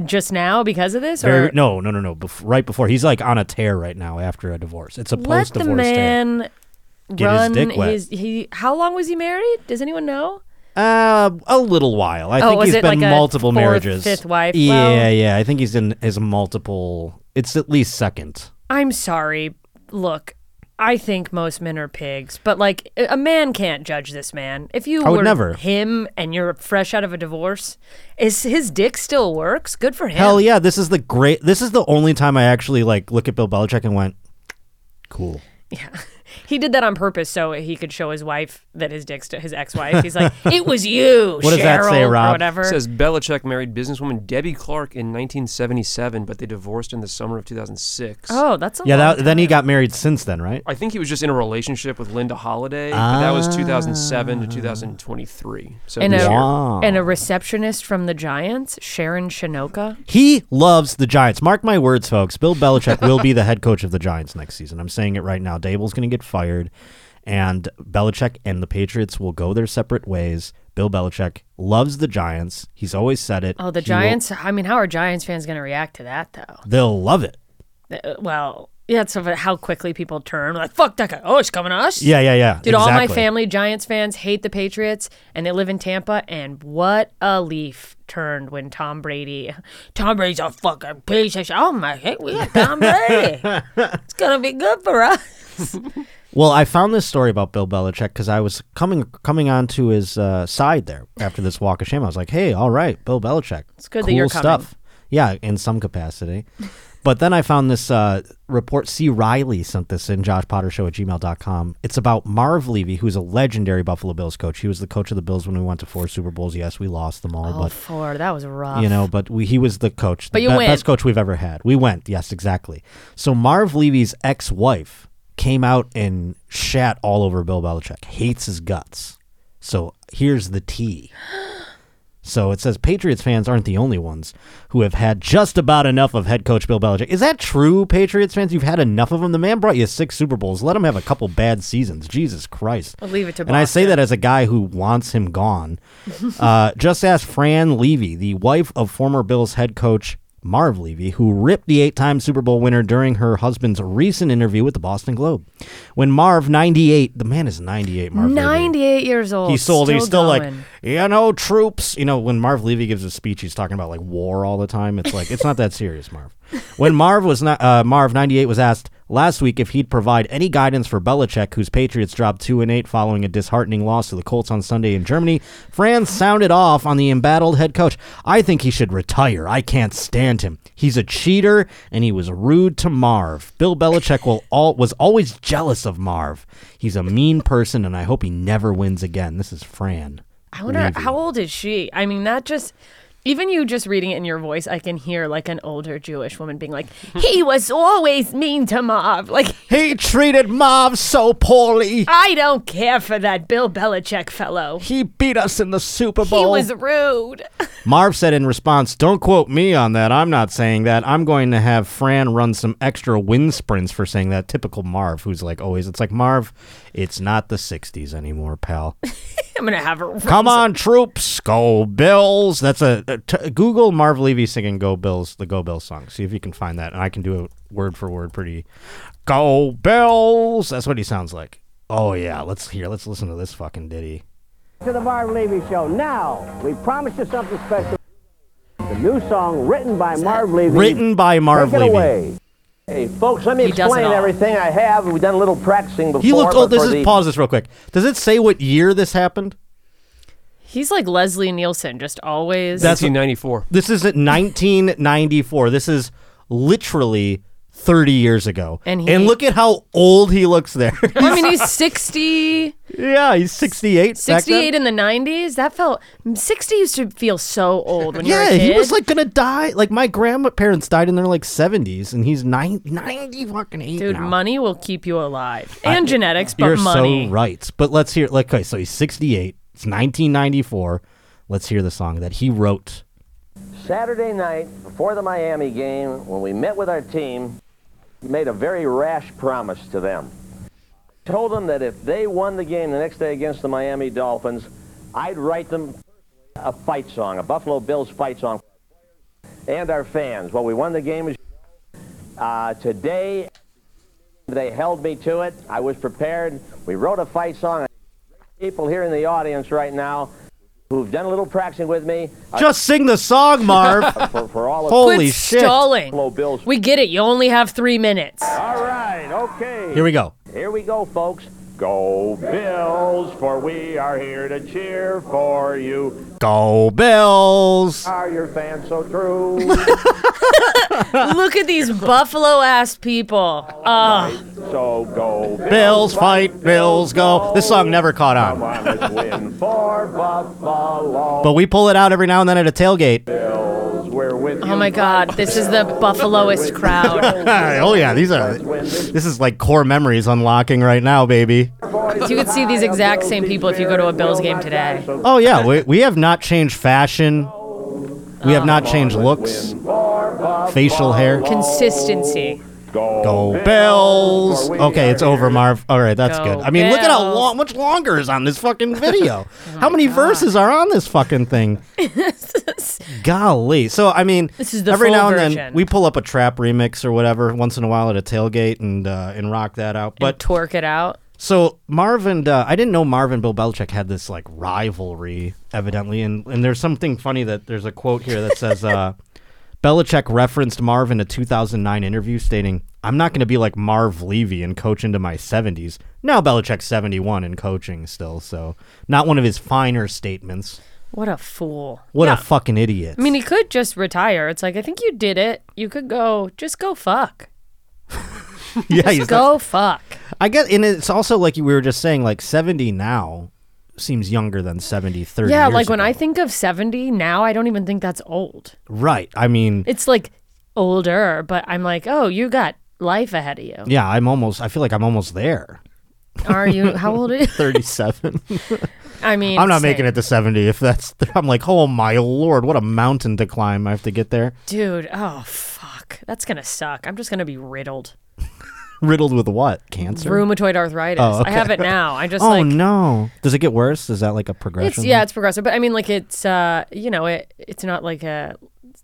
[SPEAKER 2] just now because of this
[SPEAKER 1] Very-
[SPEAKER 2] or
[SPEAKER 1] no, no, no, no. Bef- right before he's like on a tear right now after a divorce. It's a
[SPEAKER 2] let the
[SPEAKER 1] post-divorce tear.
[SPEAKER 2] man
[SPEAKER 1] Get his
[SPEAKER 2] run
[SPEAKER 1] dick wet.
[SPEAKER 2] he how long was he married does anyone know
[SPEAKER 1] Uh, a little while. I
[SPEAKER 2] Oh,
[SPEAKER 1] think
[SPEAKER 2] was
[SPEAKER 1] he's
[SPEAKER 2] it
[SPEAKER 1] been
[SPEAKER 2] like a
[SPEAKER 1] multiple
[SPEAKER 2] fourth,
[SPEAKER 1] marriages.
[SPEAKER 2] fifth wife?
[SPEAKER 1] Yeah,
[SPEAKER 2] Well-
[SPEAKER 1] yeah. I think he's in his multiple. It's at least second.
[SPEAKER 2] i'm sorry look I think most men are pigs, but like a a man can't judge this man. If you
[SPEAKER 1] I would
[SPEAKER 2] were
[SPEAKER 1] never.
[SPEAKER 2] him and you're fresh out of a divorce, is his dick still works? Good for him.
[SPEAKER 1] Hell yeah! This is the great. This is the only time I actually like look at Bill Belichick and went, "Cool."
[SPEAKER 2] yeah. <laughs> He did that on purpose so he could show his wife that his dick's his ex-wife.
[SPEAKER 1] <laughs>
[SPEAKER 2] He's like, "It was you,
[SPEAKER 1] What
[SPEAKER 2] Cheryl,
[SPEAKER 1] does that say, Rob?
[SPEAKER 2] or whatever."
[SPEAKER 4] It says Belichick married businesswoman Debbie Clark in 1977, but they divorced in the summer of 2006.
[SPEAKER 2] oh, that's a
[SPEAKER 1] Yeah,
[SPEAKER 2] long
[SPEAKER 1] that, then he got married since then, right?
[SPEAKER 4] I think he was just in a relationship with Linda Holiday, but that
[SPEAKER 1] Ah.
[SPEAKER 4] was 2007 to 2023. So
[SPEAKER 2] and
[SPEAKER 4] this
[SPEAKER 2] a
[SPEAKER 4] year.
[SPEAKER 1] Wow.
[SPEAKER 2] and a receptionist from the Giants, Sharon Shinoka.
[SPEAKER 1] He loves the Giants. Mark my words, folks. Bill Belichick will be the head coach of the Giants next season. I'm saying it right now. Dable's going to get fired, and Belichick and the Patriots will go their separate ways. Bill Belichick loves the Giants. He's always said it.
[SPEAKER 2] Oh, the
[SPEAKER 1] He will-
[SPEAKER 2] Giants. I mean, how are Giants fans going to react to that though?
[SPEAKER 1] they'll love it.
[SPEAKER 2] Uh, well, yeah, it's of how quickly people turn. Like, fuck that guy. Oh, it's coming to us.
[SPEAKER 1] Yeah, yeah, yeah.
[SPEAKER 2] Dude, all my
[SPEAKER 1] exactly.
[SPEAKER 2] family, Giants fans, hate the Patriots, and they live in Tampa. And what a leaf turned when Tom Brady, Tom Brady's a fucking piece of shit. Oh my, hey, we got Tom Brady. it's gonna be good for us.
[SPEAKER 1] Well, I found this story about Bill Belichick because I was coming coming onto his uh, side there after this walk of shame. I was like, "Hey, all right, Bill Belichick. It's
[SPEAKER 2] good
[SPEAKER 1] cool
[SPEAKER 2] that you're coming.
[SPEAKER 1] stuff. Yeah, in some
[SPEAKER 2] <laughs>
[SPEAKER 1] capacity." but then I found this uh, report. C. Riley sent this in joshpottershow at gmail.com. It's about Marv Levy, who's a legendary Buffalo Bills coach. He was the coach of the Bills when we went to four Super Bowls. Yes, we lost them all,
[SPEAKER 2] Oh,
[SPEAKER 1] but
[SPEAKER 2] four. That was rough.
[SPEAKER 1] you know, but we, he was the coach, the
[SPEAKER 2] But you went.
[SPEAKER 1] best coach we've ever had. We went, yes, exactly. So Marv Levy's ex-wife came out and shat all over Bill Belichick. Hates his guts. So here's the
[SPEAKER 2] <gasps>
[SPEAKER 1] tea. So it says Patriots fans aren't the only ones who have had just about enough of head coach Bill Belichick. Is that true, Patriots fans? You've had enough of him. The man brought you six Super Bowls. Let him have a couple bad seasons. Jesus Christ.
[SPEAKER 2] I'll leave it to
[SPEAKER 1] And I say that as a guy who wants him
[SPEAKER 2] <laughs>
[SPEAKER 1] gone. uh, just ask Fran Levy, the wife of former Bills head coach Marv Levy, who ripped the eight time Super Bowl winner during her husband's recent interview with the Boston Globe. When Marv, 98, the man is 98, Marv. Levy.
[SPEAKER 2] Ninety-eight years old.
[SPEAKER 1] He's sold.
[SPEAKER 2] Still
[SPEAKER 1] he's still like,
[SPEAKER 2] going.
[SPEAKER 1] you know, troops. You know, when Marv Levy gives a speech, he's talking about like war all the time. It's like it's not that serious, Marv. When Marv was not uh, Marv ninety eight was asked last week if he'd provide any guidance for Belichick, whose Patriots dropped two and eight following a disheartening loss to the Colts on Sunday in Germany. Franz sounded off on the embattled head coach. I think he should retire. I can't stand him. He's a cheater, and he was rude to Marv. Bill Belichick will all was always jealous of Marv. He's a mean person, and I hope he never wins again. This is Fran.
[SPEAKER 2] I wonder
[SPEAKER 1] Levy.
[SPEAKER 2] how old is she? I mean, that just even you just reading it in your voice, I can hear like an older Jewish woman
[SPEAKER 1] <laughs>
[SPEAKER 2] being like, "He was always mean to Marv." Like,
[SPEAKER 1] He treated Marv so poorly.
[SPEAKER 2] I don't care for that Bill Belichick fellow.
[SPEAKER 1] He beat us in the Super
[SPEAKER 2] He
[SPEAKER 1] Bowl.
[SPEAKER 2] was rude. <laughs>
[SPEAKER 1] Marv said in response, Don't quote me on that. I'm not saying that. I'm going to have Fran run some extra wind sprints for saying that. Typical Marv, who's like always, it's like, Marv, it's not the 60s anymore, pal.
[SPEAKER 2] I'm gonna have her.
[SPEAKER 1] Come on, troops, go Bills. That's a, a t- Google Marv Levy singing "Go Bills" the Go Bills song. See if you can find that, and I can do it word for word. Pretty, go Bills. That's what he sounds like. Oh yeah, let's hear. Let's listen to this fucking ditty.
[SPEAKER 5] to the Marv Levy Show. Now, we promised you something special. The new song written by Marv Levy.
[SPEAKER 1] Written by Marv
[SPEAKER 5] Take it
[SPEAKER 1] Levy.
[SPEAKER 5] away. Hey, folks, let me
[SPEAKER 2] He does it
[SPEAKER 5] explain
[SPEAKER 2] all.
[SPEAKER 5] everything I have. We've done a little practicing before.
[SPEAKER 1] He looked. Oh,
[SPEAKER 5] but
[SPEAKER 1] this
[SPEAKER 5] for
[SPEAKER 1] is
[SPEAKER 5] the-
[SPEAKER 1] pause this real quick. Does it say what year this happened?
[SPEAKER 2] He's like Leslie Nielsen, just always.
[SPEAKER 1] That's-
[SPEAKER 4] 1994.
[SPEAKER 1] This isn't 1994. This is literally 30 years ago.
[SPEAKER 2] And he-
[SPEAKER 1] and look at how old he looks there. <laughs>
[SPEAKER 2] I mean, he's 60,
[SPEAKER 1] yeah, he's 68. back then.
[SPEAKER 2] 68 in the 90s. That felt 60 used to feel so old when you
[SPEAKER 1] Yeah,
[SPEAKER 2] were a kid.
[SPEAKER 1] he was like gonna die. Like my grandparents died in their like seventies, and he's nine, 90 fucking eight
[SPEAKER 2] dude,
[SPEAKER 1] now.
[SPEAKER 2] money will keep you alive and genetics, but
[SPEAKER 1] You're
[SPEAKER 2] money.
[SPEAKER 1] so right. But let's hear. Like, okay, so he's sixty eight. It's nineteen ninety four. Let's hear the song that he wrote.
[SPEAKER 5] Saturday night, before the Miami game, when we met with our team, we made a very rash promise to them. Told them that if they won the game the next day against the Miami Dolphins, I'd write them a fight song, a Buffalo Bills fight song, and our fans. Well, we won the game. Uh, today, they held me to it. I was prepared. We wrote a fight song. People here in the audience right now who've done a little practicing with me uh,
[SPEAKER 1] Just sing the song,
[SPEAKER 2] <laughs>
[SPEAKER 1] Marv.
[SPEAKER 5] for, for all of
[SPEAKER 1] Holy
[SPEAKER 2] Quit
[SPEAKER 1] shit!
[SPEAKER 2] stalling.
[SPEAKER 5] Buffalo Bills.
[SPEAKER 2] We get it. You only have three minutes.
[SPEAKER 5] All right, okay.
[SPEAKER 1] Here we go.
[SPEAKER 5] Here we go, folks. Go Bills, for we are here to cheer for you.
[SPEAKER 1] Go Bills!
[SPEAKER 5] Are your fans so true?
[SPEAKER 2] Look at these buffalo ass people. Oh, Ugh.
[SPEAKER 5] so go
[SPEAKER 1] Bills fight, Bills go. This song never caught
[SPEAKER 5] Come
[SPEAKER 1] on,
[SPEAKER 5] on, let's <laughs> win for Buffalo.
[SPEAKER 1] but we pull it out every now and then at a tailgate. <laughs>
[SPEAKER 5] Bills, we're with you.
[SPEAKER 2] oh my god, this is the buffaloest crowd.
[SPEAKER 1] oh yeah, these are. This is like core memories unlocking right now, baby.
[SPEAKER 2] You could see these exact same people if you go to a Bills game today.
[SPEAKER 1] Oh yeah, we, we have not changed fashion. We have not changed looks, facial hair.
[SPEAKER 2] Consistency. <laughs>
[SPEAKER 1] Go Bills! Okay, it's over, Marv. All right, that's
[SPEAKER 2] Go
[SPEAKER 1] good. I mean, look at how
[SPEAKER 2] Bills.
[SPEAKER 1] long, much longer is on this fucking
[SPEAKER 2] <laughs>
[SPEAKER 1] video.
[SPEAKER 2] Oh
[SPEAKER 1] how many verses are on this fucking thing? Golly! So I mean,
[SPEAKER 2] This is the
[SPEAKER 1] every
[SPEAKER 2] full
[SPEAKER 1] now and then
[SPEAKER 2] version.
[SPEAKER 1] we pull up a trap remix or whatever once in a while at a tailgate and uh, and rock that out. But
[SPEAKER 2] Twerk it out.
[SPEAKER 1] so Marvin, uh, I didn't know Marvin Bill Belichick had this like rivalry, evidently, and and there's something funny that there's a quote here that says uh, <laughs> Belichick referenced Marv in a 2009 interview, stating, "I'm not going to be like Marv Levy and coach into my 70s." Now Belichick's 71 and coaching still, so not one of his finer statements.
[SPEAKER 2] What a fool.
[SPEAKER 1] What
[SPEAKER 2] Yeah.
[SPEAKER 1] a fucking idiot!
[SPEAKER 2] I
[SPEAKER 1] <laughs>
[SPEAKER 2] mean, he could just retire. It's like, I think you did it. You could go, just go fuck.
[SPEAKER 1] yeah, he's not-
[SPEAKER 2] Go fuck.
[SPEAKER 1] I guess, and it's also like we were just saying, like 70 now seems younger than 70 30
[SPEAKER 2] Yeah,
[SPEAKER 1] years
[SPEAKER 2] like when
[SPEAKER 1] ago.
[SPEAKER 2] I think of 70 now, I don't even think that's old.
[SPEAKER 1] right i mean
[SPEAKER 2] It's like older, but I'm like, oh, you got life ahead
[SPEAKER 1] <laughs>
[SPEAKER 2] of you.
[SPEAKER 1] Yeah, I'm almost. I feel like I'm almost there.
[SPEAKER 2] Are you, how old are you? <laughs>
[SPEAKER 1] Thirty-seven.
[SPEAKER 2] I mean,
[SPEAKER 1] I'm not
[SPEAKER 2] same.
[SPEAKER 1] making it to seventy. If that's, I'm like, oh my lord, what a mountain to climb! I have to get there,
[SPEAKER 2] Dude, oh, fuck. That's going to suck. I'm just going to be riddled.
[SPEAKER 1] riddled with what? Cancer.
[SPEAKER 2] Rheumatoid arthritis.
[SPEAKER 1] Mm. Oh, okay.
[SPEAKER 2] I have it now. I just
[SPEAKER 1] <laughs> oh
[SPEAKER 2] like.
[SPEAKER 1] no! Does it get worse? Is that like a progression?
[SPEAKER 2] It's yeah, it's progressive, but I mean, like it's uh, you know, it it's not like a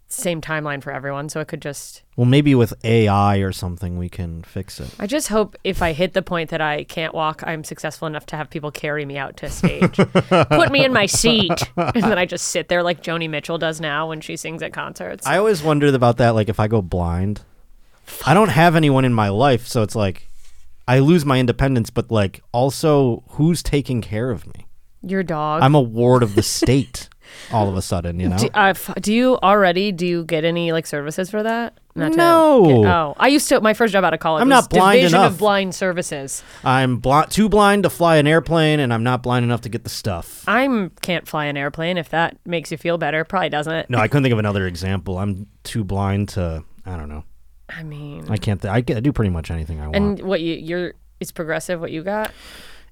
[SPEAKER 2] same timeline for everyone, so it could just
[SPEAKER 1] Well, maybe with AI or something, we can fix it.
[SPEAKER 2] I just hope if I hit the point that I can't walk, I'm successful enough to have people carry me out to stage, put me in my seat, and then I just sit there like Joni Mitchell does now when she sings at concerts.
[SPEAKER 1] I always wondered about that. Like, if I go blind, I don't have anyone in my life, so it's like I lose my independence. But like, also, who's taking care of me?
[SPEAKER 2] Your dog.
[SPEAKER 1] I'm a ward of the
[SPEAKER 2] <laughs>
[SPEAKER 1] state. all of a sudden, you know.
[SPEAKER 2] do, uh, f- do you already do you get any like services for that? Not to
[SPEAKER 1] No.
[SPEAKER 2] get- oh, I used to my first job out of college.
[SPEAKER 1] I'm
[SPEAKER 2] was
[SPEAKER 1] not blind
[SPEAKER 2] Division
[SPEAKER 1] enough.
[SPEAKER 2] of Blind Services.
[SPEAKER 1] I'm bl- too blind to fly an airplane, and I'm not blind enough to get the stuff.
[SPEAKER 2] I'm can't fly an airplane. If that makes you feel better, probably doesn't.
[SPEAKER 1] No, I couldn't think of another example. I'm too blind to. I don't know.
[SPEAKER 2] I mean,
[SPEAKER 1] I can't. Th- I, can, I do pretty much anything I want.
[SPEAKER 2] and what you you're it's progressive. What you got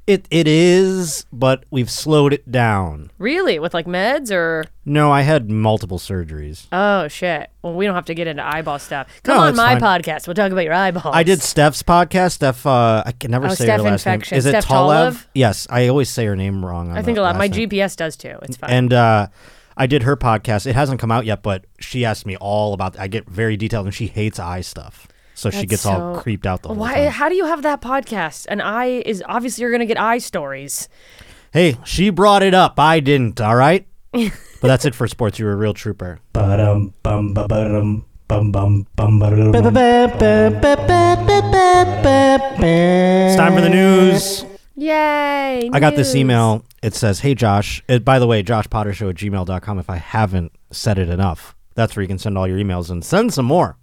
[SPEAKER 1] it it is, but we've slowed it down.
[SPEAKER 2] really with like meds or
[SPEAKER 1] No, I had multiple surgeries.
[SPEAKER 2] Oh shit! Well, we don't have to get into eyeball stuff. Come
[SPEAKER 1] No,
[SPEAKER 2] on
[SPEAKER 1] it's
[SPEAKER 2] my
[SPEAKER 1] fine.
[SPEAKER 2] podcast. We'll talk about your eyeballs.
[SPEAKER 1] I did Steph's podcast. Steph, uh, I can never
[SPEAKER 2] Oh,
[SPEAKER 1] say
[SPEAKER 2] Steph
[SPEAKER 1] her last
[SPEAKER 2] Infection.
[SPEAKER 1] name. Is
[SPEAKER 2] Steph
[SPEAKER 1] it Tolev?
[SPEAKER 2] Tolev?
[SPEAKER 1] Yes, I always say her name wrong. on
[SPEAKER 2] I think
[SPEAKER 1] the
[SPEAKER 2] a lot.
[SPEAKER 1] last
[SPEAKER 2] My
[SPEAKER 1] name.
[SPEAKER 2] GPS does too. It's fine.
[SPEAKER 1] And uh, I did her podcast. It hasn't come out yet, but she asked me all about. I get very detailed, and she hates eye stuff, so she
[SPEAKER 2] That's
[SPEAKER 1] gets all
[SPEAKER 2] so-
[SPEAKER 1] creeped out the whole
[SPEAKER 2] Why?
[SPEAKER 1] time.
[SPEAKER 2] How do you have that podcast? An eye is obviously you're gonna get eye stories.
[SPEAKER 1] Hey, she brought it up. I didn't. All
[SPEAKER 2] <laughs>
[SPEAKER 1] right. but that's it for sports. You're a real trooper.
[SPEAKER 3] Ba-dum, bum, ba-ba-dum, bum, bum, bum, ba-da-dum.
[SPEAKER 1] It's time for the news.
[SPEAKER 2] Yay!
[SPEAKER 1] I got this
[SPEAKER 2] news.
[SPEAKER 1] email. It says, Hey, Josh. It, by the way, joshpottershow at gmail.com. If I haven't said it enough, that's where you can send all your emails and send some more.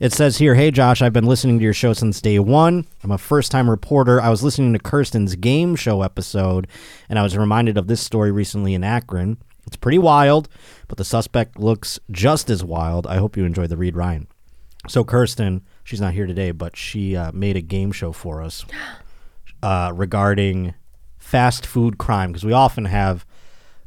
[SPEAKER 1] It says here, Hey, Josh, I've been listening to your show since day one. I'm a first time reporter. I was listening to Kirsten's game show episode, and I was reminded of this story recently in Akron. It's pretty wild, but the suspect looks just as wild. I hope you enjoy the read, Ryan. So, Kirsten, she's not here today, but she uh, made a game show for us uh, regarding fast food crime because we often have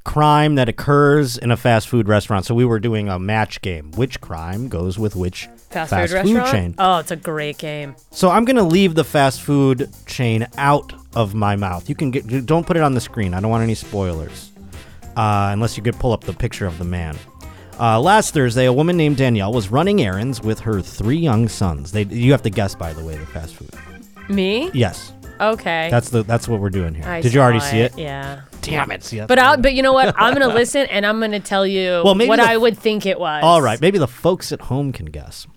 [SPEAKER 1] crime that occurs in a fast food restaurant. So we were doing a match game: which crime goes with which
[SPEAKER 2] Fast,
[SPEAKER 1] fast,
[SPEAKER 2] food
[SPEAKER 1] food,
[SPEAKER 2] restaurant.
[SPEAKER 1] chain?
[SPEAKER 2] Oh, it's a great game.
[SPEAKER 1] So I'm gonna leave the fast food chain out of my mouth. You can get don't put it on the screen. I don't want any spoilers, uh, unless you could pull up the picture of the man. Uh, last Thursday, a woman named Danielle was running errands with her three young sons. They, you have to guess, by the way, the fast food.
[SPEAKER 2] Me?
[SPEAKER 1] Yes,
[SPEAKER 2] Okay.
[SPEAKER 1] that's the that's what we're doing here.
[SPEAKER 2] I
[SPEAKER 1] Did you already
[SPEAKER 2] saw
[SPEAKER 1] see it?
[SPEAKER 2] Yeah.
[SPEAKER 1] Damn it! See, that's
[SPEAKER 2] But uh,
[SPEAKER 1] why
[SPEAKER 2] I'll, but you know what? I'm
[SPEAKER 1] <laughs>
[SPEAKER 2] gonna listen and I'm gonna tell you
[SPEAKER 1] Well, maybe
[SPEAKER 2] what
[SPEAKER 1] the-
[SPEAKER 2] I would think it was.
[SPEAKER 1] All right, maybe the folks at home can guess.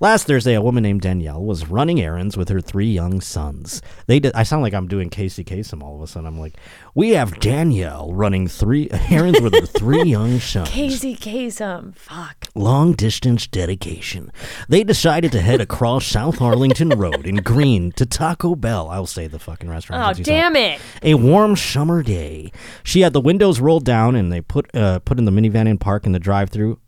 [SPEAKER 1] Last Thursday, a woman named Danielle was running errands with her three young sons. They did, I sound like I'm doing Casey Kasem all of a sudden. I'm like, we have Danielle running three <laughs> errands with her three
[SPEAKER 2] <laughs>
[SPEAKER 1] young sons.
[SPEAKER 2] Casey Kasem. Fuck.
[SPEAKER 1] Long distance dedication. They decided to head across South Arlington Road in Green to Taco Bell. I'll say the fucking restaurant.
[SPEAKER 2] Oh,
[SPEAKER 1] once you saw it
[SPEAKER 2] damn it.
[SPEAKER 1] a warm summer day. She had the windows rolled down, and they put uh, put in the minivan in park in the drive through.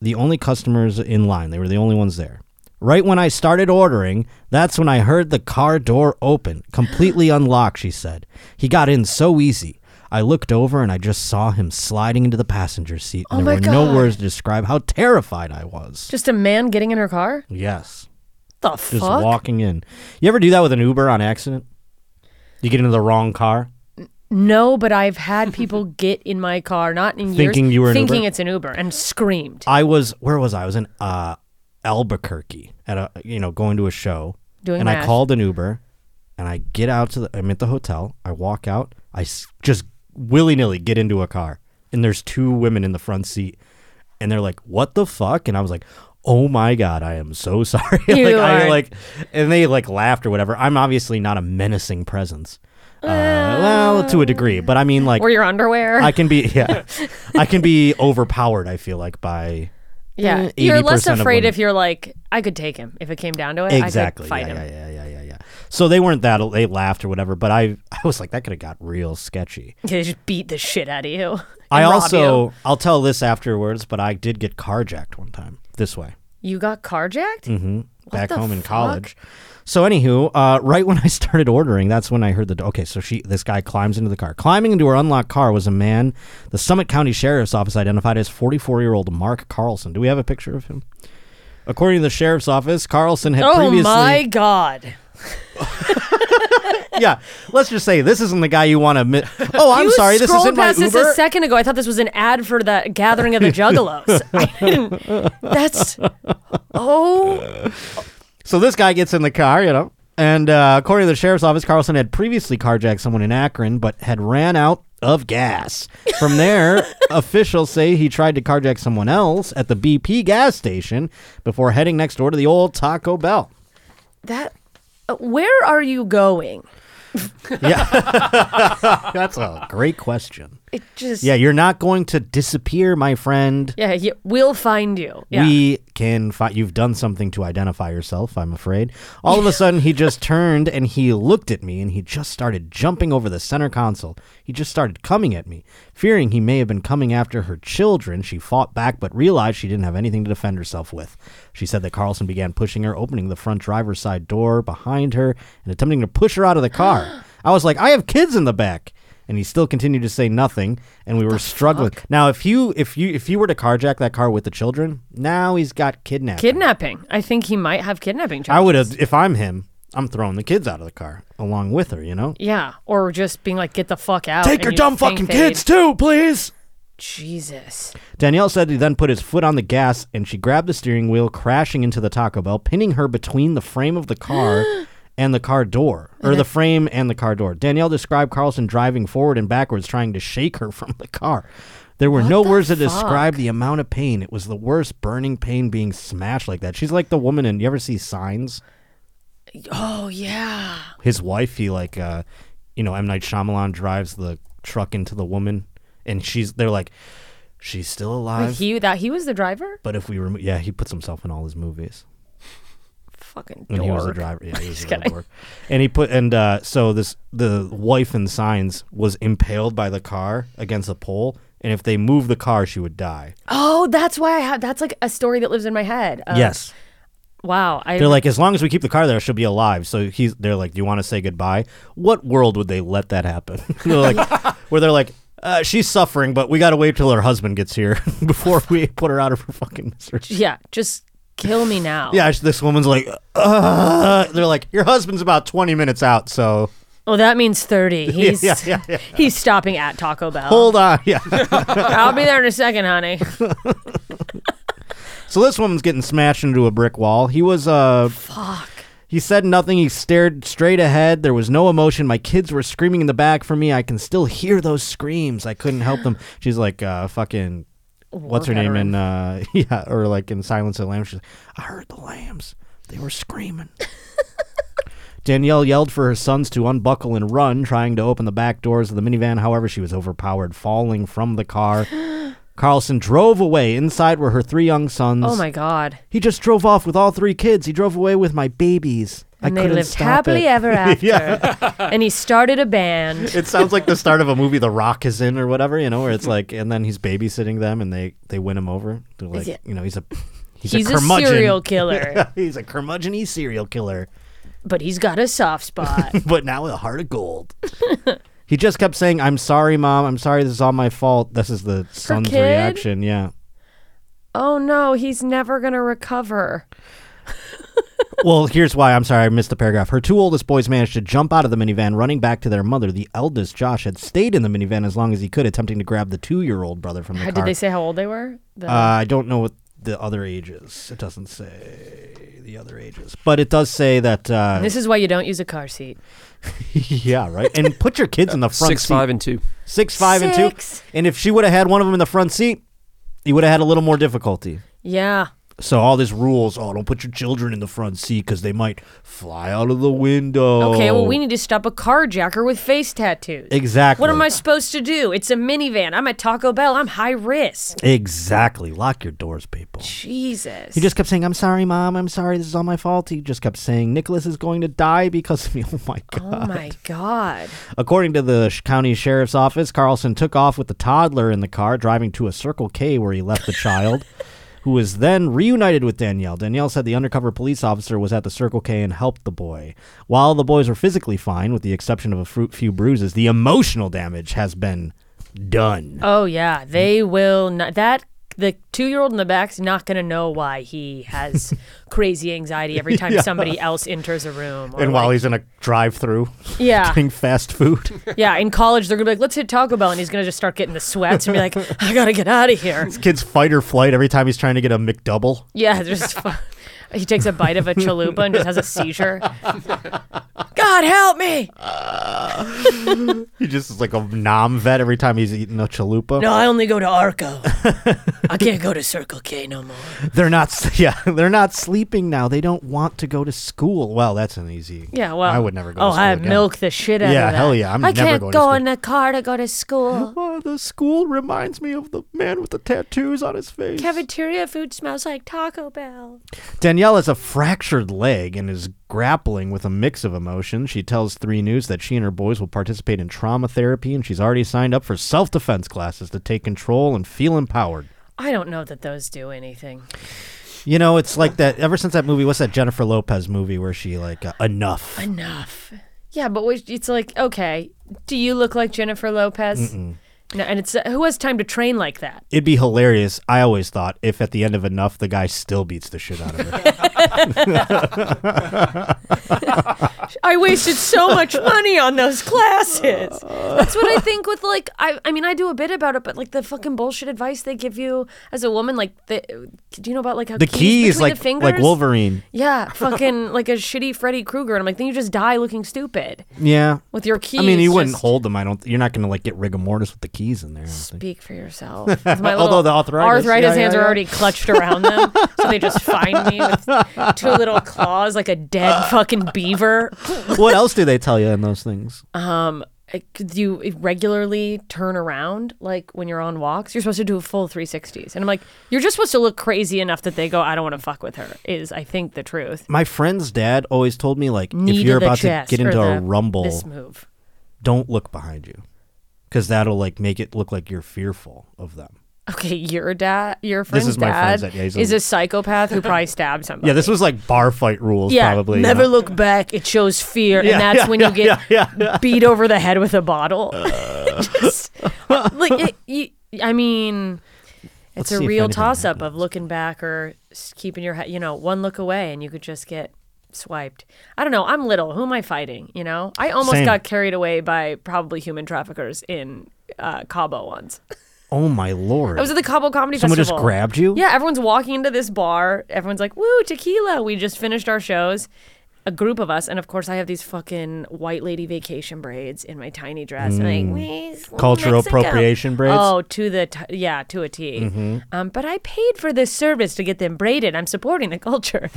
[SPEAKER 1] The only customers in line. They were the only ones there. Right when I started ordering, that's when I heard the car door open,
[SPEAKER 2] <gasps>
[SPEAKER 1] completely unlocked. She said he got in so easy. I looked over and I just saw him sliding into the passenger seat. And
[SPEAKER 2] Oh
[SPEAKER 1] there
[SPEAKER 2] my
[SPEAKER 1] were no
[SPEAKER 2] God.
[SPEAKER 1] words to describe how terrified I was.
[SPEAKER 2] Just a man getting in her car?
[SPEAKER 1] Yes,
[SPEAKER 2] The
[SPEAKER 1] just
[SPEAKER 2] fuck?
[SPEAKER 1] walking in. You ever do that with an Uber on accident? You get into the wrong car.
[SPEAKER 2] No, but I've
[SPEAKER 1] <laughs>
[SPEAKER 2] had people get in my car, not in
[SPEAKER 1] Thinking
[SPEAKER 2] years,
[SPEAKER 1] you were an
[SPEAKER 2] thinking
[SPEAKER 1] Uber?
[SPEAKER 2] it's an Uber, and screamed
[SPEAKER 1] I was where was I? I was in uh, Albuquerque at a you know going to a show,
[SPEAKER 2] Doing
[SPEAKER 1] and I
[SPEAKER 2] math.
[SPEAKER 1] called an Uber, and I get out to the I'm at the hotel. I walk out. I s- just willy nilly get into a car, and there's two women in the front seat, and they're like, "What the fuck?" And I was like. Oh my god, I am so <laughs> sorry.
[SPEAKER 2] You
[SPEAKER 1] like I
[SPEAKER 2] are-
[SPEAKER 1] like and they like laughed or whatever. I'm obviously not a menacing presence. Uh, well, to a degree, but I mean like
[SPEAKER 2] or your underwear.
[SPEAKER 1] I can be <laughs> yeah. I can be overpowered, I feel like, by
[SPEAKER 2] yeah,
[SPEAKER 1] Mm,
[SPEAKER 2] you're less
[SPEAKER 1] 80% of
[SPEAKER 2] afraid
[SPEAKER 1] women.
[SPEAKER 2] if you're like, I could take him if it came down to it. I
[SPEAKER 1] exactly.
[SPEAKER 2] could fight
[SPEAKER 1] yeah,
[SPEAKER 2] him.
[SPEAKER 1] yeah, yeah, yeah, yeah, yeah. So they weren't that they laughed or whatever, but I I was like that could have got real sketchy.
[SPEAKER 2] They just beat the shit out of
[SPEAKER 1] <laughs>
[SPEAKER 2] you. and
[SPEAKER 1] I
[SPEAKER 2] rob
[SPEAKER 1] also
[SPEAKER 2] you.
[SPEAKER 1] I'll tell this afterwards, but I did get carjacked one time this way.
[SPEAKER 2] you got carjacked.
[SPEAKER 1] Mm-hmm. back
[SPEAKER 2] the
[SPEAKER 1] home in
[SPEAKER 2] fuck?
[SPEAKER 1] college. So, anywho, uh, right when I <laughs> started ordering, that's when I heard the. Okay, so she, this guy climbs into the car. Climbing into her unlocked car was a man the Summit County Sheriff's Office identified as 44 year old Mark Carlson. Do we have a picture of him? According to the sheriff's office, Carlson had
[SPEAKER 2] Oh
[SPEAKER 1] previously.
[SPEAKER 2] my god!
[SPEAKER 1] Yeah, let's just say this isn't the guy you want to.
[SPEAKER 2] <laughs>
[SPEAKER 1] admit. Oh, I'm
[SPEAKER 2] you
[SPEAKER 1] sorry, this
[SPEAKER 2] scrolled
[SPEAKER 1] isn't my
[SPEAKER 2] past
[SPEAKER 1] Uber.
[SPEAKER 2] this a second ago. I thought this was an ad for the
[SPEAKER 1] <laughs>
[SPEAKER 2] Gathering of the Juggalos. I didn't- That's oh
[SPEAKER 1] So this guy gets in the car, you know, and uh, according to the sheriff's office, Carlson had previously carjacked someone in Akron, but had ran out of gas. From
[SPEAKER 2] <laughs>
[SPEAKER 1] there, officials say he tried to carjack someone else at the BP gas station before heading next door to the old Taco Bell.
[SPEAKER 2] that. uh, Where are you going?
[SPEAKER 1] Yeah, that's a great question.
[SPEAKER 2] It just
[SPEAKER 1] Yeah, you're not going to disappear, my friend.
[SPEAKER 2] yeah, yeah, we'll find you. Yeah.
[SPEAKER 1] We can find. You've done something to identify yourself, I'm afraid. All of a sudden, he just turned and he looked at me and he just started jumping over the center console. He just started coming at me. Fearing he may have been coming after her children, she fought back but realized she didn't have anything to defend herself with. She said that Carlson began pushing her, opening the front driver's side door behind her and attempting to push her out of the car. I was like, I have kids in the back and he still continued to say nothing and we were struggling now if you if you if you were to carjack that car with the children now he's got kidnapped
[SPEAKER 2] kidnapping. I think he might have kidnapping charges.
[SPEAKER 1] i would have if i'm him i'm throwing the kids out of the car along with her you know
[SPEAKER 2] Yeah, or just being like, get the fuck out.
[SPEAKER 1] take
[SPEAKER 2] and
[SPEAKER 1] your
[SPEAKER 2] you
[SPEAKER 1] dumb
[SPEAKER 2] think
[SPEAKER 1] fucking
[SPEAKER 2] they'd-
[SPEAKER 1] kids too please
[SPEAKER 2] Jesus.
[SPEAKER 1] Danielle said he then put his foot on the gas and she grabbed the steering wheel, crashing into the Taco Bell, pinning her between the frame of the car and the car door, or the frame and the car door. Danielle described Carlson driving forward and backwards, trying to shake her <laughs> from the car. There were no words to describe the amount of pain. It was the worst burning pain being smashed like that. She's like the woman in you ever see Signs?
[SPEAKER 2] Oh yeah.
[SPEAKER 1] his wife he like uh you know M Night Shyamalan drives the truck into the woman and she's they're like she's still alive
[SPEAKER 2] He that he was the driver.
[SPEAKER 1] but if we remove yeah he puts himself in all his movies
[SPEAKER 2] Fucking
[SPEAKER 1] and he was a
[SPEAKER 2] dork.
[SPEAKER 1] driver
[SPEAKER 2] <laughs>
[SPEAKER 1] yeah he was a
[SPEAKER 2] Just
[SPEAKER 1] real
[SPEAKER 2] kidding.
[SPEAKER 1] dork. and he put and uh so this the wife in signs was impaled by the car against the pole and if they move the car she would die
[SPEAKER 2] Oh, that's why I have. That's like a story that lives in my head. Uh,
[SPEAKER 1] yes
[SPEAKER 2] Wow. I
[SPEAKER 1] they're like as long as we keep the car there she'll be alive so he's they're like do you want to say goodbye what world would they let that happen <laughs> they're
[SPEAKER 2] <laughs>
[SPEAKER 1] like where they're like uh, she's suffering but we gotta wait till her husband gets here <laughs> before we put her out of her fucking misery
[SPEAKER 2] yeah. Just kill me now.
[SPEAKER 1] yeah sh- this woman's like uh, they're like your husband's about 20 minutes out so
[SPEAKER 2] Well, Oh, that means thirty.
[SPEAKER 1] <laughs>
[SPEAKER 2] He's
[SPEAKER 1] yeah, yeah, yeah.
[SPEAKER 2] he's stopping at Taco Bell.
[SPEAKER 1] hold on <laughs> yeah
[SPEAKER 2] I'll be there in a
[SPEAKER 1] <laughs>
[SPEAKER 2] second, honey.
[SPEAKER 1] so this woman's getting smashed into a brick wall he was uh
[SPEAKER 2] Fuck.
[SPEAKER 1] He said nothing. He stared straight ahead. There was no emotion. My kids were screaming in the back for me. I can still hear those screams. I couldn't help them. She's like, uh, fucking what's her name in uh <laughs> yeah or like in Silence of the Lambs. She's like, I heard the lambs. They were screaming. Danielle yelled for her sons to unbuckle and run, trying to open the back doors of the minivan. However, she was overpowered, falling from the
[SPEAKER 2] <gasps>
[SPEAKER 1] car. Carlson drove away. Inside were her three young sons.
[SPEAKER 2] Oh my God.
[SPEAKER 1] He just drove off with all three kids. He drove away with my babies.
[SPEAKER 2] And
[SPEAKER 1] I
[SPEAKER 2] they
[SPEAKER 1] couldn't
[SPEAKER 2] lived
[SPEAKER 1] stop
[SPEAKER 2] happily
[SPEAKER 1] it. <laughs>
[SPEAKER 2] ever after. And he started a band.
[SPEAKER 1] It sounds like the start of a
[SPEAKER 2] <laughs>
[SPEAKER 1] movie The Rock is in or whatever, you know, where it's like, and then he's babysitting them and they they win him over. They're like,
[SPEAKER 2] it-
[SPEAKER 1] you know, he's a he's,
[SPEAKER 2] He's
[SPEAKER 1] a
[SPEAKER 2] a
[SPEAKER 1] curmudgeon.
[SPEAKER 2] serial killer,
[SPEAKER 1] <laughs> he's a curmudgeon serial killer,
[SPEAKER 2] but he's got a
[SPEAKER 1] <laughs>
[SPEAKER 2] soft spot.
[SPEAKER 1] but now with a heart of gold. <laughs> he just kept saying, "I'm sorry, mom. I'm sorry. This is all my fault." This is the son's
[SPEAKER 2] kid?
[SPEAKER 1] reaction. Yeah.
[SPEAKER 2] oh no, he's never going to recover.
[SPEAKER 1] Well, here's why. I'm sorry, I missed the paragraph. Her two oldest boys managed to jump out of the minivan, running back to their mother. The eldest, Josh, had stayed in the minivan as long as he could, attempting to grab the two-year-old brother from the
[SPEAKER 2] How,
[SPEAKER 1] car.
[SPEAKER 2] did they say how old they were? The-
[SPEAKER 1] Uh, I don't know what the other age is. It doesn't say the other ages, but it does say that.
[SPEAKER 2] <laughs>
[SPEAKER 1] Uh, <laughs>
[SPEAKER 2] this is why you don't use a car seat.
[SPEAKER 1] yeah, right. And put your kids in the front
[SPEAKER 4] Six,
[SPEAKER 1] seat.
[SPEAKER 4] five, and two.
[SPEAKER 1] Six, five, and two.
[SPEAKER 2] Six.
[SPEAKER 1] And if she would have had one of them in the front seat, you would have had a little more difficulty.
[SPEAKER 2] Yeah.
[SPEAKER 1] So all these rules, oh, don't put your children in the front seat because they might fly out of the window.
[SPEAKER 2] Okay, well, we need to stop a carjacker with face tattoos.
[SPEAKER 1] exactly.
[SPEAKER 2] What am I supposed to do? It's a minivan. I'm at Taco Bell. I'm high risk.
[SPEAKER 1] Exactly. Lock your doors, people.
[SPEAKER 2] Jesus.
[SPEAKER 1] He just kept saying, "I'm sorry, mom. I'm sorry. This is all my fault." He just kept saying, "Nicholas is going to die because of me." <laughs> Oh my god.
[SPEAKER 2] oh my God.
[SPEAKER 1] According to the sh- county sheriff's office, Carlson took off with the toddler in the car, driving to a Circle K where he left the
[SPEAKER 2] <laughs>
[SPEAKER 1] child, who was then reunited with Danielle. Danielle said the undercover police officer was at the Circle K and helped the boy. While the boys were physically fine, with the exception of a fru- few bruises, the emotional damage has been done.
[SPEAKER 2] Oh yeah, they will not. That the two-year-old in the back's not going to know why
[SPEAKER 1] <laughs>
[SPEAKER 2] he has crazy anxiety every time somebody else enters a room. or
[SPEAKER 1] And while
[SPEAKER 2] like-
[SPEAKER 1] he's in a drive-through,
[SPEAKER 2] Yeah.
[SPEAKER 1] getting fast
[SPEAKER 2] <laughs>
[SPEAKER 1] food,
[SPEAKER 2] yeah, in college they're going to be like, "Let's hit Taco Bell," and he's going to just start getting the sweats and
[SPEAKER 1] <laughs>
[SPEAKER 2] be like, "I got to get out of here."
[SPEAKER 1] kids fight or flight every time he's trying to get a McDouble.
[SPEAKER 2] Yeah, <laughs> just fu- he takes a bite of a chalupa and just has
[SPEAKER 1] <laughs>
[SPEAKER 2] a seizure. God help me!
[SPEAKER 1] He just is like a nom vet every time he's eating a chalupa.
[SPEAKER 2] No, I only go
[SPEAKER 1] <laughs>
[SPEAKER 2] to Arco. I can't go to Circle K no more.
[SPEAKER 1] They're not. <laughs> Yeah, they're not sleeping now. They don't want to go to school. Well, that's an easy.
[SPEAKER 2] Yeah, well,
[SPEAKER 1] I would never go.
[SPEAKER 2] Oh,
[SPEAKER 1] to school
[SPEAKER 2] I
[SPEAKER 1] again.
[SPEAKER 2] milk the shit out
[SPEAKER 1] Yeah,
[SPEAKER 2] of that.
[SPEAKER 1] hell yeah, I'm
[SPEAKER 2] I
[SPEAKER 1] never
[SPEAKER 2] can't
[SPEAKER 1] going to
[SPEAKER 2] go
[SPEAKER 1] school.
[SPEAKER 2] in the car to go to school.
[SPEAKER 1] Oh, the school reminds me of the man with the tattoos on his face.
[SPEAKER 2] Cafeteria food smells like Taco Bell.
[SPEAKER 1] Danielle has a fractured leg and is grappling with a mix of emotions. She tells 3 News that she and her boys will participate in trauma therapy, and she's already signed up for self defense classes to take control and feel empowered.
[SPEAKER 2] I don't know that those do anything.
[SPEAKER 1] You know, it's like that. Ever since that movie, what's that Jennifer Lopez movie where she like uh, enough?
[SPEAKER 2] Enough. Yeah, but we- it's like, okay, do you look like Jennifer Lopez? No, and it's who has time to train like that?
[SPEAKER 1] It'd be hilarious. I always thought if at the end of enough, the guy still beats the shit out of her.
[SPEAKER 2] I wasted so
[SPEAKER 1] <laughs>
[SPEAKER 2] much money on those classes. That's what I think with like I I mean I do a bit about it, but like the fucking bullshit advice they give you as a woman, like the do you know about like
[SPEAKER 1] <laughs>
[SPEAKER 2] how <laughs>
[SPEAKER 1] the keys,
[SPEAKER 2] between
[SPEAKER 1] like
[SPEAKER 2] the fingers?
[SPEAKER 1] like Wolverine. <laughs>
[SPEAKER 2] Yeah, fucking like a shitty Freddy Krueger, and I'm like, then you just die looking stupid
[SPEAKER 1] Yeah.
[SPEAKER 2] with your keys.
[SPEAKER 1] I mean, you wouldn't
[SPEAKER 2] just
[SPEAKER 1] hold them. I don't. You're not gonna like get rigor mortis with the keys in there. I don't think.
[SPEAKER 2] Speak for
[SPEAKER 1] <laughs>
[SPEAKER 2] yourself. With my little
[SPEAKER 1] Although the arthritis- yeah, yeah,
[SPEAKER 2] hands
[SPEAKER 1] yeah.
[SPEAKER 2] are already clutched around them, so they just find
[SPEAKER 1] <laughs>
[SPEAKER 2] me with two little claws like a dead fucking
[SPEAKER 1] <laughs>
[SPEAKER 2] beaver.
[SPEAKER 1] what else do they tell you in those things?
[SPEAKER 2] Um, I- could you regularly turn around like when you're on walks? You're supposed to do a full 360s, and I'm like, you're just supposed to look crazy enough that they go, I don't want to fuck with her. Is I think the truth.
[SPEAKER 1] My friend's dad always told me like
[SPEAKER 2] Knee
[SPEAKER 1] if you're
[SPEAKER 2] to the
[SPEAKER 1] about to
[SPEAKER 2] chest
[SPEAKER 1] get
[SPEAKER 2] or
[SPEAKER 1] into a
[SPEAKER 2] the-
[SPEAKER 1] rumble,
[SPEAKER 2] this move.
[SPEAKER 1] don't look behind you, because that'll like make it look like you're fearful of them.
[SPEAKER 2] Okay, your dad, your friend's
[SPEAKER 1] is my
[SPEAKER 2] dad,
[SPEAKER 1] friend's dad, yeah, he's a-
[SPEAKER 2] is a psychopath
[SPEAKER 1] <laughs>
[SPEAKER 2] who probably stabbed somebody.
[SPEAKER 1] Yeah, this was like bar fight rules,
[SPEAKER 2] Yeah,
[SPEAKER 1] probably. you
[SPEAKER 2] never
[SPEAKER 1] know?
[SPEAKER 2] look back. It shows fear,
[SPEAKER 1] Yeah,
[SPEAKER 2] and that's
[SPEAKER 1] yeah,
[SPEAKER 2] when
[SPEAKER 1] yeah,
[SPEAKER 2] you get
[SPEAKER 1] yeah, yeah, yeah. Uh.
[SPEAKER 2] beat over the head with a bottle. <laughs> Just- like, it, you, I mean,
[SPEAKER 1] Let's
[SPEAKER 2] it's
[SPEAKER 1] see
[SPEAKER 2] a
[SPEAKER 1] if
[SPEAKER 2] real
[SPEAKER 1] anything
[SPEAKER 2] toss-up of looking back or s- keeping your head. You know, one look away, and you could just get swiped. I don't know. I'm little. Who am I fighting? You know, I almost
[SPEAKER 1] Same.
[SPEAKER 2] got carried away by probably human traffickers in uh, Cabo once.
[SPEAKER 1] Oh my lord!
[SPEAKER 2] I was at the Cabo Comedy
[SPEAKER 1] Someone just
[SPEAKER 2] Festival.
[SPEAKER 1] grabbed you?
[SPEAKER 2] Yeah, everyone's walking into this bar. Everyone's like, "Woo, tequila!" We just finished our shows, a group of us, and of course I have these fucking white lady vacation braids in my tiny dress, and like "Please, little
[SPEAKER 1] Mm. Cultural
[SPEAKER 2] Mexico."
[SPEAKER 1] appropriation braids? Mm-hmm.
[SPEAKER 2] Oh, to the t- yeah, to a T. Um, but I paid for this service to get them braided. I'm supporting
[SPEAKER 1] <laughs>
[SPEAKER 2] the culture.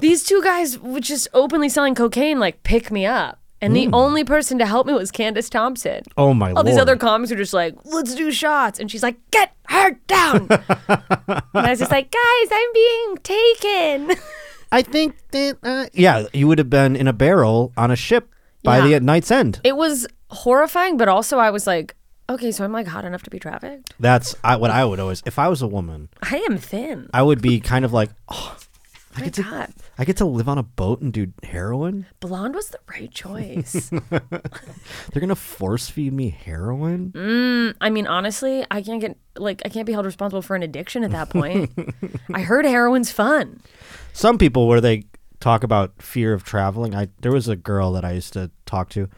[SPEAKER 2] these two guys were just openly selling cocaine, like pick me up. And
[SPEAKER 1] Mm.
[SPEAKER 2] the only person to help me was Candace Thompson.
[SPEAKER 1] Oh my
[SPEAKER 2] All these
[SPEAKER 1] lord.
[SPEAKER 2] other comics are just like, let's do shots. And she's like, get her
[SPEAKER 1] <laughs>
[SPEAKER 2] down. and I was just like, guys, I'm being taken. <laughs>
[SPEAKER 1] I think that uh, yeah, you would have been in a barrel on a ship by
[SPEAKER 2] Yeah.
[SPEAKER 1] the night's end.
[SPEAKER 2] It was horrifying, but also I was like, okay, so I'm like hot enough to be trafficked.
[SPEAKER 1] That's I, what I would always. If I was a woman,
[SPEAKER 2] I am thin.
[SPEAKER 1] I would be kind of like, oh, I
[SPEAKER 2] My
[SPEAKER 1] get to
[SPEAKER 2] God.
[SPEAKER 1] I get to live on a boat and do heroin.
[SPEAKER 2] Blonde was the
[SPEAKER 1] <laughs>
[SPEAKER 2] right choice.
[SPEAKER 1] They're gonna force feed me heroin.
[SPEAKER 2] Mm. I mean, honestly, I can't get like I can't be held responsible for an addiction at
[SPEAKER 1] <laughs>
[SPEAKER 2] that point. I heard heroin's fun.
[SPEAKER 1] Some people where they talk about fear of traveling. I there was a girl that I used to talk to,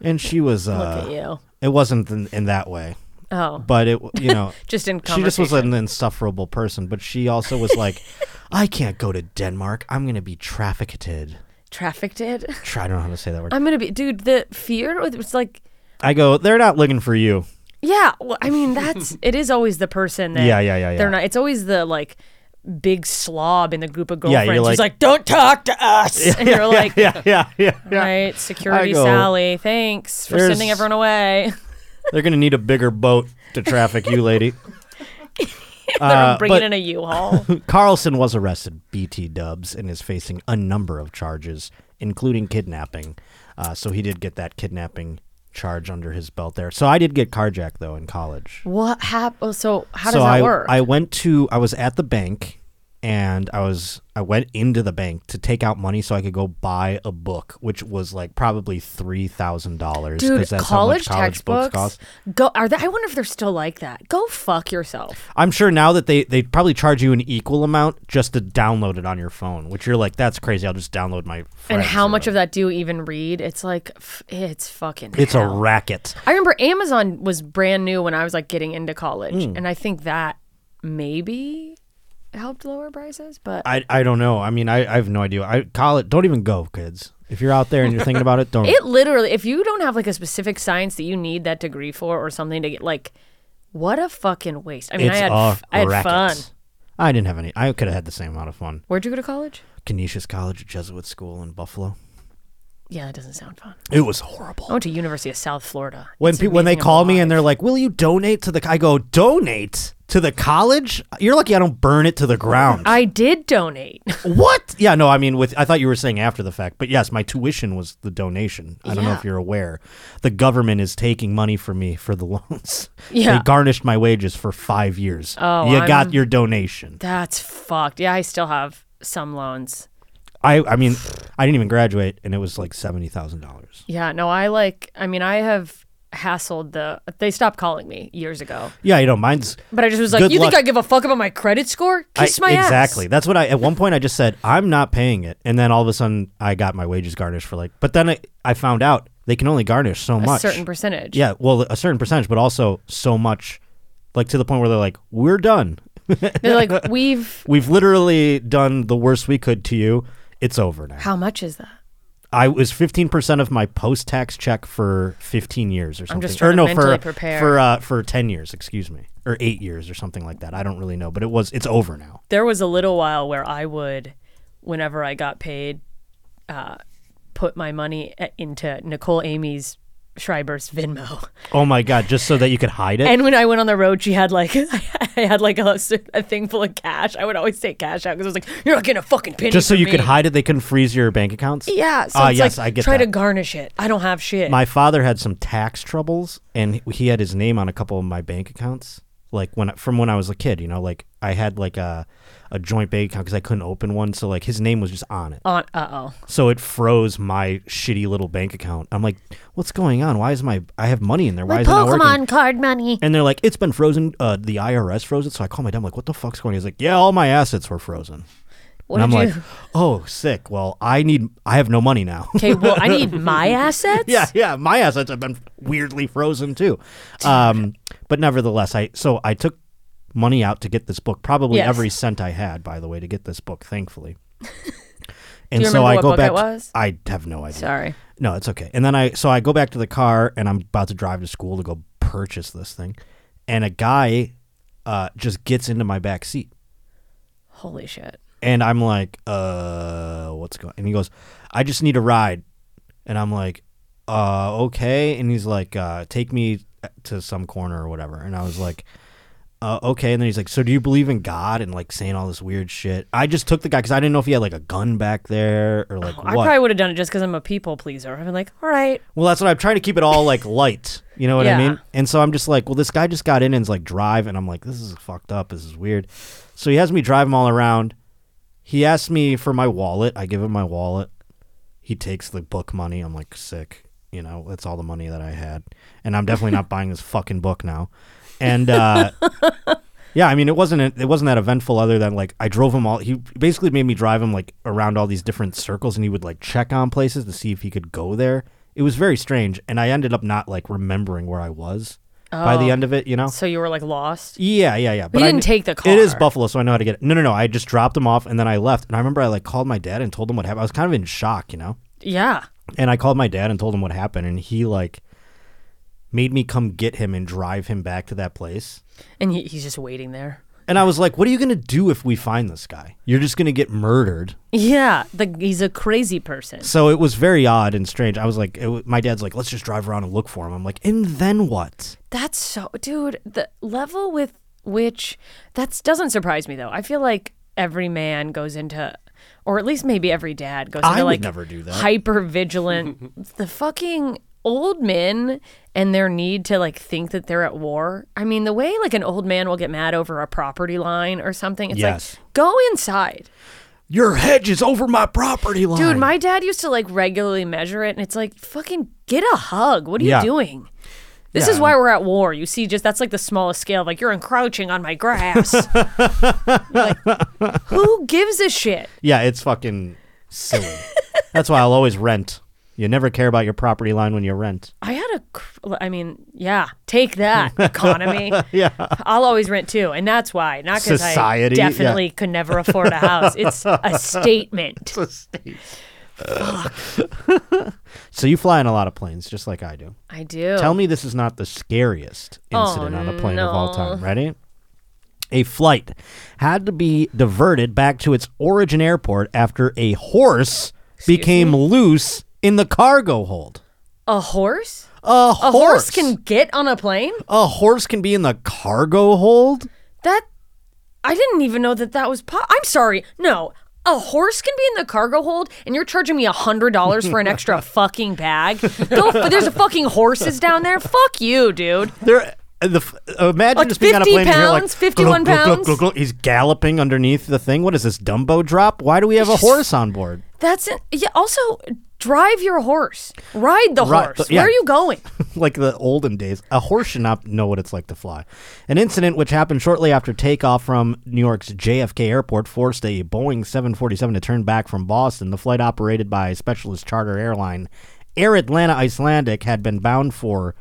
[SPEAKER 1] and she was
[SPEAKER 2] Look at
[SPEAKER 1] uh,
[SPEAKER 2] you.
[SPEAKER 1] it wasn't in, in that way,
[SPEAKER 2] Oh,
[SPEAKER 1] but it you know
[SPEAKER 2] <laughs> just in
[SPEAKER 1] she just was
[SPEAKER 2] conversation.
[SPEAKER 1] an insufferable person. But she also was <laughs> like, I can't go to Denmark. I'm gonna be trafficked.
[SPEAKER 2] trafficked. it.
[SPEAKER 1] Try- I don't know how to say that word.
[SPEAKER 2] I'm gonna be, dude. The fear it was like,
[SPEAKER 1] I go, they're not looking for you.
[SPEAKER 2] yeah. Well,
[SPEAKER 1] <laughs>
[SPEAKER 2] I mean, that's it is always the person that
[SPEAKER 1] Yeah, yeah, yeah, yeah.
[SPEAKER 2] They're not. It's always the like big slob in the group of
[SPEAKER 1] Yeah,
[SPEAKER 2] girlfriends
[SPEAKER 1] you're like-
[SPEAKER 2] who's like, don't talk to us, and you're like,
[SPEAKER 1] <laughs> <laughs> yeah, yeah, yeah, yeah.
[SPEAKER 2] right, security,
[SPEAKER 1] I go,
[SPEAKER 2] Sally. Thanks for
[SPEAKER 1] "There's-
[SPEAKER 2] sending everyone away. <laughs>
[SPEAKER 1] They're gonna need a bigger boat to traffic you, lady. <laughs>
[SPEAKER 2] They're bringing
[SPEAKER 1] Uh, but-
[SPEAKER 2] in
[SPEAKER 1] <laughs>
[SPEAKER 2] a U-Haul.
[SPEAKER 1] Carlson was arrested, BT Dubs, and is facing a number of charges, including kidnapping. Uh, so he did get that kidnapping charge under his belt there. So I did get carjacked though in college.
[SPEAKER 2] what happened? So how
[SPEAKER 1] so
[SPEAKER 2] does that
[SPEAKER 1] I,
[SPEAKER 2] work?
[SPEAKER 1] I went to I was at the bank and I was I went into the bank to take out money so I could go buy a book, which was like probably three thousand dollars.
[SPEAKER 2] Dude,
[SPEAKER 1] that's
[SPEAKER 2] college,
[SPEAKER 1] how much college
[SPEAKER 2] textbooks.
[SPEAKER 1] books cost.
[SPEAKER 2] Go. Are they, I wonder if they're still like that. Go fuck yourself.
[SPEAKER 1] I'm sure now that they they probably charge you an equal amount just to download it on your phone, which you're like, that's crazy. I'll just download my.
[SPEAKER 2] And
[SPEAKER 1] friends
[SPEAKER 2] how
[SPEAKER 1] or
[SPEAKER 2] much of
[SPEAKER 1] whatever."
[SPEAKER 2] that do you even read? It's like, f- it's fucking.
[SPEAKER 1] It's a
[SPEAKER 2] hell.
[SPEAKER 1] racket.
[SPEAKER 2] I remember Amazon was brand new when I was like getting into college,
[SPEAKER 1] Hmm.
[SPEAKER 2] and I think that maybe helped lower prices. But
[SPEAKER 1] I I don't know. I mean, I, I have no idea. I call it. Don't even go, kids. If you're out there and you're thinking about it, don't.
[SPEAKER 2] <laughs> it literally, if you don't have like a specific science that you need that degree for or something to get, like, what a fucking waste. I mean, I
[SPEAKER 1] it's
[SPEAKER 2] had,
[SPEAKER 1] a
[SPEAKER 2] f- I had
[SPEAKER 1] racket.
[SPEAKER 2] fun.
[SPEAKER 1] I didn't have any. I could have had the same amount of fun.
[SPEAKER 2] Where'd you go to college?
[SPEAKER 1] Canisius College, a Jesuit school in Buffalo.
[SPEAKER 2] Yeah, that doesn't sound fun.
[SPEAKER 1] It was horrible.
[SPEAKER 2] I went to University of South Florida.
[SPEAKER 1] when
[SPEAKER 2] Oh, It's
[SPEAKER 1] people when they
[SPEAKER 2] amazing
[SPEAKER 1] call me
[SPEAKER 2] alive.
[SPEAKER 1] and they're like, "Will you donate to the?" I go, "Donate to the college? You're lucky I don't burn it to the ground."
[SPEAKER 2] I did donate. <laughs>
[SPEAKER 1] What? Yeah, no, I mean with I thought you were saying after the fact, but yes, my tuition was the donation. I don't know
[SPEAKER 2] Yeah.
[SPEAKER 1] if you're aware. The government is taking money from me for the <laughs> loans.
[SPEAKER 2] Yeah.
[SPEAKER 1] They garnished my wages for 5 years.
[SPEAKER 2] Oh,
[SPEAKER 1] you
[SPEAKER 2] I'm-
[SPEAKER 1] got your donation.
[SPEAKER 2] That's fucked. Yeah, I still have some loans.
[SPEAKER 1] I I mean, I didn't even graduate and it was like $70,000.
[SPEAKER 2] Yeah, no, I like, I mean, I have hassled the, they stopped calling me years ago.
[SPEAKER 1] Yeah, you know, mine's
[SPEAKER 2] But I just was like,
[SPEAKER 1] Good
[SPEAKER 2] you
[SPEAKER 1] luck.
[SPEAKER 2] think I give a fuck about my credit score?
[SPEAKER 1] I-
[SPEAKER 2] Kiss my ass.
[SPEAKER 1] exactly. That's what I at one point I just said I'm not paying it, and then all of a sudden I got my wages garnished for like. But then I, I found out they can only garnish so
[SPEAKER 2] A
[SPEAKER 1] much.
[SPEAKER 2] certain percentage.
[SPEAKER 1] Yeah, well, a certain percentage, but also so much, like to the point where they're like, "We're done. <laughs>
[SPEAKER 2] They're like, we've,
[SPEAKER 1] We've literally done the worst we could to you. It's over now."
[SPEAKER 2] how much is that?
[SPEAKER 1] I was fifteen percent of my post-tax check for fifteen years or something.
[SPEAKER 2] just
[SPEAKER 1] or
[SPEAKER 2] trying to
[SPEAKER 1] no,
[SPEAKER 2] mentally
[SPEAKER 1] for
[SPEAKER 2] prepare.
[SPEAKER 1] for uh, for ten years, excuse me, or eight years or something like that. I don't really know, but it was it's over now.
[SPEAKER 2] There was a little while where I would, whenever I got paid, uh, put my money a- into Nicole Amy's Schreiber's <laughs> Venmo.
[SPEAKER 1] Oh my god! Just so that you could hide it.
[SPEAKER 2] And when I went on the road, she had like <laughs> I had like a, a thing full of cash. I would always take cash out because I was like, "You're not getting a fucking penny."
[SPEAKER 1] just so
[SPEAKER 2] from
[SPEAKER 1] you
[SPEAKER 2] me.
[SPEAKER 1] could hide it they couldn't freeze your bank accounts
[SPEAKER 2] Yeah. So
[SPEAKER 1] Ah,
[SPEAKER 2] it's
[SPEAKER 1] yes
[SPEAKER 2] like,
[SPEAKER 1] i get
[SPEAKER 2] try
[SPEAKER 1] that
[SPEAKER 2] to garnish it. I don't have shit.
[SPEAKER 1] my father had some tax troubles and he had his name on a couple of my bank accounts like when from when i was a kid you know like i had like a a joint bank account because i couldn't open one so like his name was just on it
[SPEAKER 2] on uh oh.
[SPEAKER 1] so it froze my shitty little bank account i'm like what's going on why is my i have money in there why is it not working
[SPEAKER 2] card money.
[SPEAKER 1] and they're like, it's been frozen. Uh, the IRS froze it. So I call my dad. I'm like, what the fuck's going on? He's like, yeah, all my assets were frozen.
[SPEAKER 2] What
[SPEAKER 1] and
[SPEAKER 2] did
[SPEAKER 1] I'm
[SPEAKER 2] you?
[SPEAKER 1] like, oh, sick. Well, I need, I have no money now.
[SPEAKER 2] Okay, well,
[SPEAKER 1] <laughs>
[SPEAKER 2] I need my assets.
[SPEAKER 1] yeah, yeah. My assets have been weirdly frozen too. Um, but nevertheless, I so I took money out to get this book. Probably
[SPEAKER 2] Yes. <laughs>
[SPEAKER 1] every cent I had, by the way, to get this book. Thankfully, And
[SPEAKER 2] you
[SPEAKER 1] so
[SPEAKER 2] remember
[SPEAKER 1] I
[SPEAKER 2] what
[SPEAKER 1] go
[SPEAKER 2] book it
[SPEAKER 1] back.
[SPEAKER 2] was?
[SPEAKER 1] I have no idea.
[SPEAKER 2] Sorry.
[SPEAKER 1] No, it's okay. And then I so I go back to the car and I'm about to drive to school to go purchase this thing, and a guy uh, just gets into my back seat,
[SPEAKER 2] Holy shit.
[SPEAKER 1] and I'm like, uh, what's going? And he goes, I just need a ride, and I'm like, uh, okay. And he's like, uh, take me to some corner or whatever. And I was like. Uh, okay, and then he's like, "So do you believe in God?" And like saying all this weird shit. I just took the guy because I didn't know if he had like a gun back there or like
[SPEAKER 2] I
[SPEAKER 1] what.
[SPEAKER 2] probably would have done it just because I'm a people pleaser. I've been like, all right.
[SPEAKER 1] Well, that's what I'm trying to keep it all like light. You know what I
[SPEAKER 2] Yeah.
[SPEAKER 1] mean? And so I'm just like, well, this guy just got in and's like drive, and I'm like, this is fucked up. This is weird. So he has me drive him all around. He asks me for my wallet. I give him my wallet. He takes the book money. I'm like sick. You know, that's all the money that I had, and I'm definitely
[SPEAKER 2] <laughs>
[SPEAKER 1] not buying this fucking book now. And uh, yeah, I mean, it wasn't it wasn't that eventful other than like I drove him all. He basically made me drive him like around all these different circles, and he would like check on places to see if he could go there. It was very strange, and I ended up not like remembering where I was by the end of it. You know.
[SPEAKER 2] So you were like lost.
[SPEAKER 1] Yeah, yeah, yeah. But
[SPEAKER 2] Oh. you
[SPEAKER 1] I
[SPEAKER 2] didn't
[SPEAKER 1] kn-
[SPEAKER 2] take the
[SPEAKER 1] It is
[SPEAKER 2] car.
[SPEAKER 1] Buffalo, so I know how to get it. No, no, no. I just dropped him off and then I left. And I remember I like called my dad and told him what happened. I was kind of in shock, you know.
[SPEAKER 2] Yeah.
[SPEAKER 1] And I called my dad and told him what happened, and he like made me come get him and drive him back to that place.
[SPEAKER 2] And he, he's just waiting there.
[SPEAKER 1] And I was like, "What are you gonna do if we find this guy? You're just gonna get murdered."
[SPEAKER 2] Yeah. The, he's a crazy person.
[SPEAKER 1] So it was very odd and strange. I was like, it wa- "My dad's like, let's just drive around and look for him." I'm like, "And then what?"
[SPEAKER 2] That's so, dude. The level with which that doesn't surprise me though. I feel like every man goes into, or at least maybe every dad goes into
[SPEAKER 1] I would
[SPEAKER 2] like
[SPEAKER 1] never do that.
[SPEAKER 2] hyper vigilant. the fucking old men and their need to like think that they're at war. I mean, the way like an old man will get mad over a property line or something. It's
[SPEAKER 1] Yes.
[SPEAKER 2] like go inside.
[SPEAKER 1] Your hedge is over my property line,
[SPEAKER 2] Dude, my dad used to like regularly measure it, and it's like, fucking get a hug. What are
[SPEAKER 1] Yeah.
[SPEAKER 2] you doing? This
[SPEAKER 1] Yeah,
[SPEAKER 2] is why we're at war. You see, just that's like the smallest scale. Like you're encroaching on
[SPEAKER 1] <laughs>
[SPEAKER 2] my grass. like, who gives a shit?
[SPEAKER 1] Yeah, it's fucking silly. That's why I'll always rent. You never care about your property line when you rent.
[SPEAKER 2] I had a, cr- I mean, yeah, take that economy.
[SPEAKER 1] <laughs> Yeah.
[SPEAKER 2] I'll always rent too, and that's why, not because I
[SPEAKER 1] Society, yeah.
[SPEAKER 2] definitely could never afford a house. It's
[SPEAKER 1] <laughs>
[SPEAKER 2] a statement.
[SPEAKER 1] So you fly on a lot of planes, just like I do.
[SPEAKER 2] I do.
[SPEAKER 1] Tell me this is not the scariest
[SPEAKER 2] Oh,
[SPEAKER 1] incident on a plane of all time. Ready? A flight had to be diverted back to its origin airport after a horse became loose in the cargo hold.
[SPEAKER 2] a horse?
[SPEAKER 1] A,
[SPEAKER 2] A
[SPEAKER 1] horse,
[SPEAKER 2] horse can get on a plane?
[SPEAKER 1] a horse can be in the cargo hold?
[SPEAKER 2] That I didn't even know that that was. Po- I'm sorry. No, a horse can be in the cargo hold, and you're charging me a hundred dollars for
[SPEAKER 1] <laughs>
[SPEAKER 2] an extra fucking bag. Go. f- There's a fucking horses down there. Fuck you, dude.
[SPEAKER 1] There, uh, the f- uh, imagine
[SPEAKER 2] Like
[SPEAKER 1] just being on a
[SPEAKER 2] 50
[SPEAKER 1] plane and you're like
[SPEAKER 2] pounds,
[SPEAKER 1] glug,
[SPEAKER 2] 51
[SPEAKER 1] glug, glug,
[SPEAKER 2] pounds?
[SPEAKER 1] glug, glug. He's galloping underneath the thing. What is this Dumbo drop? Why do we have a horse on board?
[SPEAKER 2] That's it. Yeah. Also, drive your horse. Ride the
[SPEAKER 1] Right,
[SPEAKER 2] horse.
[SPEAKER 1] th- yeah.
[SPEAKER 2] Where are you going?
[SPEAKER 1] like the olden days, a horse should not know what it's like to fly. An incident which happened shortly after takeoff from New York's JFK Airport forced a Boeing 747 to turn back from Boston. The flight, operated by specialist charter airline Air Atlanta Icelandic, had been bound for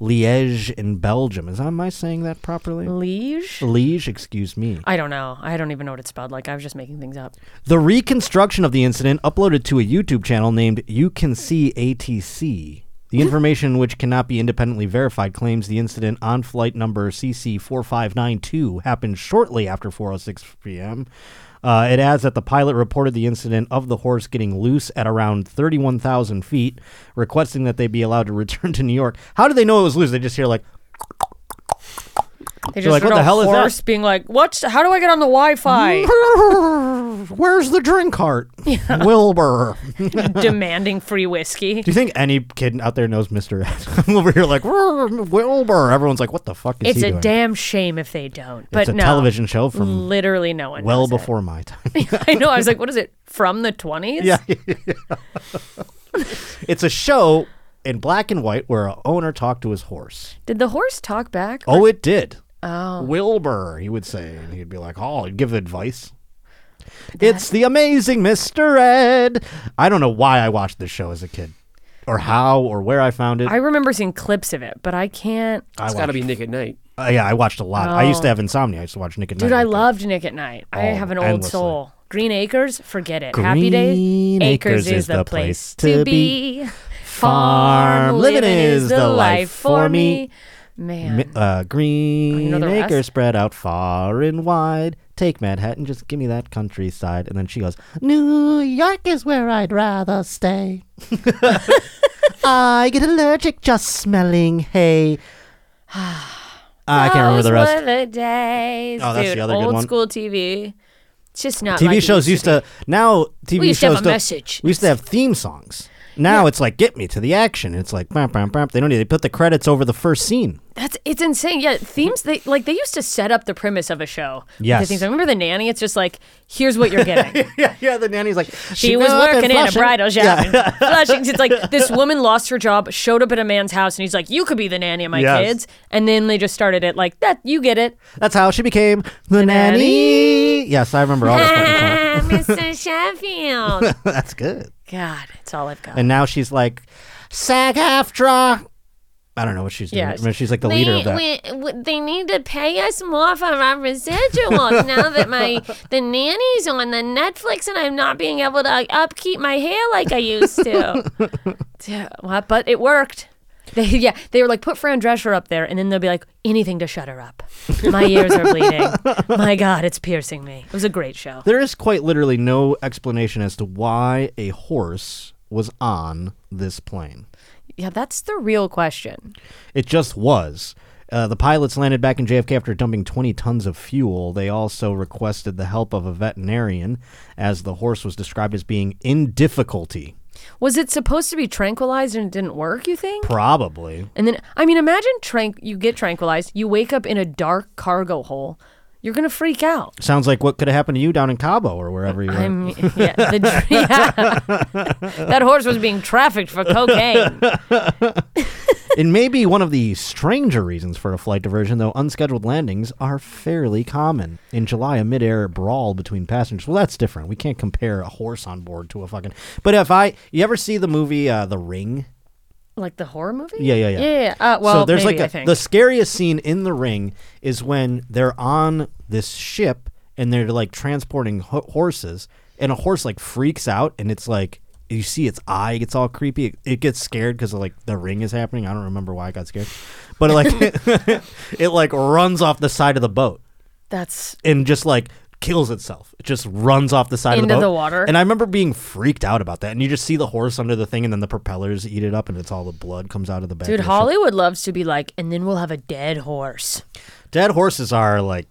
[SPEAKER 1] Liège in Belgium. Is am I saying that properly?
[SPEAKER 2] Uh, Liege.
[SPEAKER 1] Liège, excuse me.
[SPEAKER 2] I don't know. I don't even know what it's spelled like. I was just making things up.
[SPEAKER 1] The reconstruction of the incident uploaded to a YouTube channel named You Can See ATC. The information, which cannot be independently verified, claims the incident on flight number CC4592 happened shortly after 4:06 p.m. Uh, it adds that the pilot reported the incident of the horse getting loose at around 31,000 feet, requesting that they be allowed to <laughs> return to New York. How do they know it was loose? They just hear like, <laughs>
[SPEAKER 2] They just
[SPEAKER 1] like,
[SPEAKER 2] heard
[SPEAKER 1] "What the
[SPEAKER 2] a
[SPEAKER 1] hell is that?"
[SPEAKER 2] horse being like, "What's? How do I get on
[SPEAKER 1] <laughs>
[SPEAKER 2] the Wi-Fi?"
[SPEAKER 1] "Where's the drink cart, Wilbur?"
[SPEAKER 2] Demanding free whiskey.
[SPEAKER 1] Do you think any kid out there knows <laughs> Mr. Ed? I'm over here like "Rrr, Wilbur. Everyone's like, what the fuck is
[SPEAKER 2] It's
[SPEAKER 1] he
[SPEAKER 2] a
[SPEAKER 1] doing?
[SPEAKER 2] damn shame if they don't. But
[SPEAKER 1] it's a
[SPEAKER 2] no.
[SPEAKER 1] television show from
[SPEAKER 2] Literally no one.
[SPEAKER 1] well
[SPEAKER 2] knows it.
[SPEAKER 1] before my time.
[SPEAKER 2] <laughs> I know.
[SPEAKER 1] <laughs>
[SPEAKER 2] I was like, what is it from the twenties?
[SPEAKER 1] yeah. it's a show in black and white where a owner talked to his horse.
[SPEAKER 2] Did the horse talk back?
[SPEAKER 1] Oh, it did. Oh. Wilbur, he would say, and he'd be like, "Oh, he'd give advice." It's the amazing Mr. Ed. I don't know why I watched this show as a kid, or how, or where I found it.
[SPEAKER 2] I remember seeing clips of it, but I can't.
[SPEAKER 4] It's got to be Nick at Night.
[SPEAKER 1] Uh, yeah, I watched a lot. I used to
[SPEAKER 2] Oh.
[SPEAKER 1] have insomnia. I used to watch Nick at
[SPEAKER 2] Dude,
[SPEAKER 1] Night.
[SPEAKER 2] I
[SPEAKER 1] with the-
[SPEAKER 2] loved Nick at Night. I
[SPEAKER 1] Oh,
[SPEAKER 2] have an old
[SPEAKER 1] endlessly.
[SPEAKER 2] soul. Green Acres, forget it. Happy Days,
[SPEAKER 1] Green Acres is the place to be.
[SPEAKER 2] Farm living is the life for me.
[SPEAKER 1] Mi-
[SPEAKER 2] Man,
[SPEAKER 1] uh, green
[SPEAKER 2] know the
[SPEAKER 1] acres
[SPEAKER 2] rest?
[SPEAKER 1] spread out far and wide. Take Manhattan, just give me that countryside. And then she goes, New York is where I'd rather stay. <laughs> I get allergic just smelling hay. <sighs> Ah, I can't remember the
[SPEAKER 2] Those
[SPEAKER 1] rest.
[SPEAKER 2] were the days.
[SPEAKER 1] Oh, that's
[SPEAKER 2] Dude,
[SPEAKER 1] the other good
[SPEAKER 2] old
[SPEAKER 1] one.
[SPEAKER 2] school TV. It's just not.
[SPEAKER 1] TV
[SPEAKER 2] like it
[SPEAKER 1] shows used to, now TV
[SPEAKER 2] We used to
[SPEAKER 1] shows
[SPEAKER 2] have a
[SPEAKER 1] don't-
[SPEAKER 2] message.
[SPEAKER 1] We used to have theme songs. Now it's like get me to the action. It's like bam, bam, bam. They don't need. They put the credits over the first
[SPEAKER 2] <laughs>
[SPEAKER 1] scene.
[SPEAKER 2] That's it's insane. Yeah, themes they like they used to set up the premise of a show. with the
[SPEAKER 1] Yes.
[SPEAKER 2] themes. I remember the nanny. It's just like here's what you're
[SPEAKER 1] <laughs>
[SPEAKER 2] getting.
[SPEAKER 1] Yeah, yeah. The nanny's like
[SPEAKER 2] She was working in a bridal
[SPEAKER 1] shop.
[SPEAKER 2] shop. in <laughs> Flushing. It's like this woman lost her job, showed up at a man's house, and he's like, "You could be the nanny of my
[SPEAKER 1] Yes.
[SPEAKER 2] kids." And then they just started it like that. You get it,
[SPEAKER 1] That's how she became the, nanny.
[SPEAKER 2] nanny.
[SPEAKER 1] Yes, I remember all this. fucking
[SPEAKER 2] <laughs>
[SPEAKER 1] song.
[SPEAKER 2] Ah, Mr. Sheffield.
[SPEAKER 1] <laughs> That's good.
[SPEAKER 2] God, it's all I've got.
[SPEAKER 1] And now she's like SAG AFTRA. I don't know what she's doing.
[SPEAKER 2] Yes.
[SPEAKER 1] I mean, she's like the leader of that.
[SPEAKER 2] they need to pay us more for
[SPEAKER 1] <laughs>
[SPEAKER 2] our residuals now that my the nanny's on the Netflix and I'm not being able to upkeep my hair like I used
[SPEAKER 1] <laughs>
[SPEAKER 2] to. Yeah, well, but it worked. They, yeah, they were like, put Fran Drescher up there, and then they'll be like, anything to shut her up. My ears
[SPEAKER 1] <laughs>
[SPEAKER 2] are bleeding. My God, it's piercing me. It was a great show.
[SPEAKER 1] There is quite literally no explanation as to why a horse was on this plane.
[SPEAKER 2] Yeah, that's the real question.
[SPEAKER 1] It just was. Uh, the pilots landed back in JFK after dumping 20 tons of fuel. They also requested the help of a veterinarian, as the horse was described as being in difficulty.
[SPEAKER 2] Was it supposed to be tranquilized and it didn't work, you think?
[SPEAKER 1] Probably.
[SPEAKER 2] And then, I mean, imagine tranq- you get tranquilized, you wake up in a dark cargo hole. You're going to
[SPEAKER 1] <laughs>
[SPEAKER 2] freak out.
[SPEAKER 1] Sounds like what could have happened to you down in Cabo or wherever you were.
[SPEAKER 2] I mean, yeah, the, dr- <laughs> yeah. that horse was being trafficked for cocaine.
[SPEAKER 1] it may be one of the stranger reasons for a flight diversion, though unscheduled landings are fairly common. In July, a midair brawl between passengers. Well, that's different. We can't compare a horse on board to a fucking. But if I, you ever see the movie uh, The Ring?
[SPEAKER 2] Like the horror movie?
[SPEAKER 1] Yeah, yeah, yeah.
[SPEAKER 2] Yeah, yeah. Uh, well,
[SPEAKER 1] so there's
[SPEAKER 2] maybe, I
[SPEAKER 1] like a,
[SPEAKER 2] think.
[SPEAKER 1] the scariest scene in the ring is when they're on this ship and they're like transporting ho- horses, and a horse like freaks out, and it's like you see its eye gets all creepy. It, it gets scared because like the ring is happening. I don't remember why I got scared, but it, like <laughs> it like runs off the side of the boat
[SPEAKER 2] That's
[SPEAKER 1] and just like kills itself. It just runs off the side of the
[SPEAKER 2] Into
[SPEAKER 1] boat.
[SPEAKER 2] the water.
[SPEAKER 1] And I remember being freaked out about that. And you just see the horse under the thing, and then the propellers eat it up, and it's all the blood comes out of the back.
[SPEAKER 2] dude.
[SPEAKER 1] of the ship.
[SPEAKER 2] Hollywood loves to be like, and then we'll have a dead horse.
[SPEAKER 1] Dead horses are like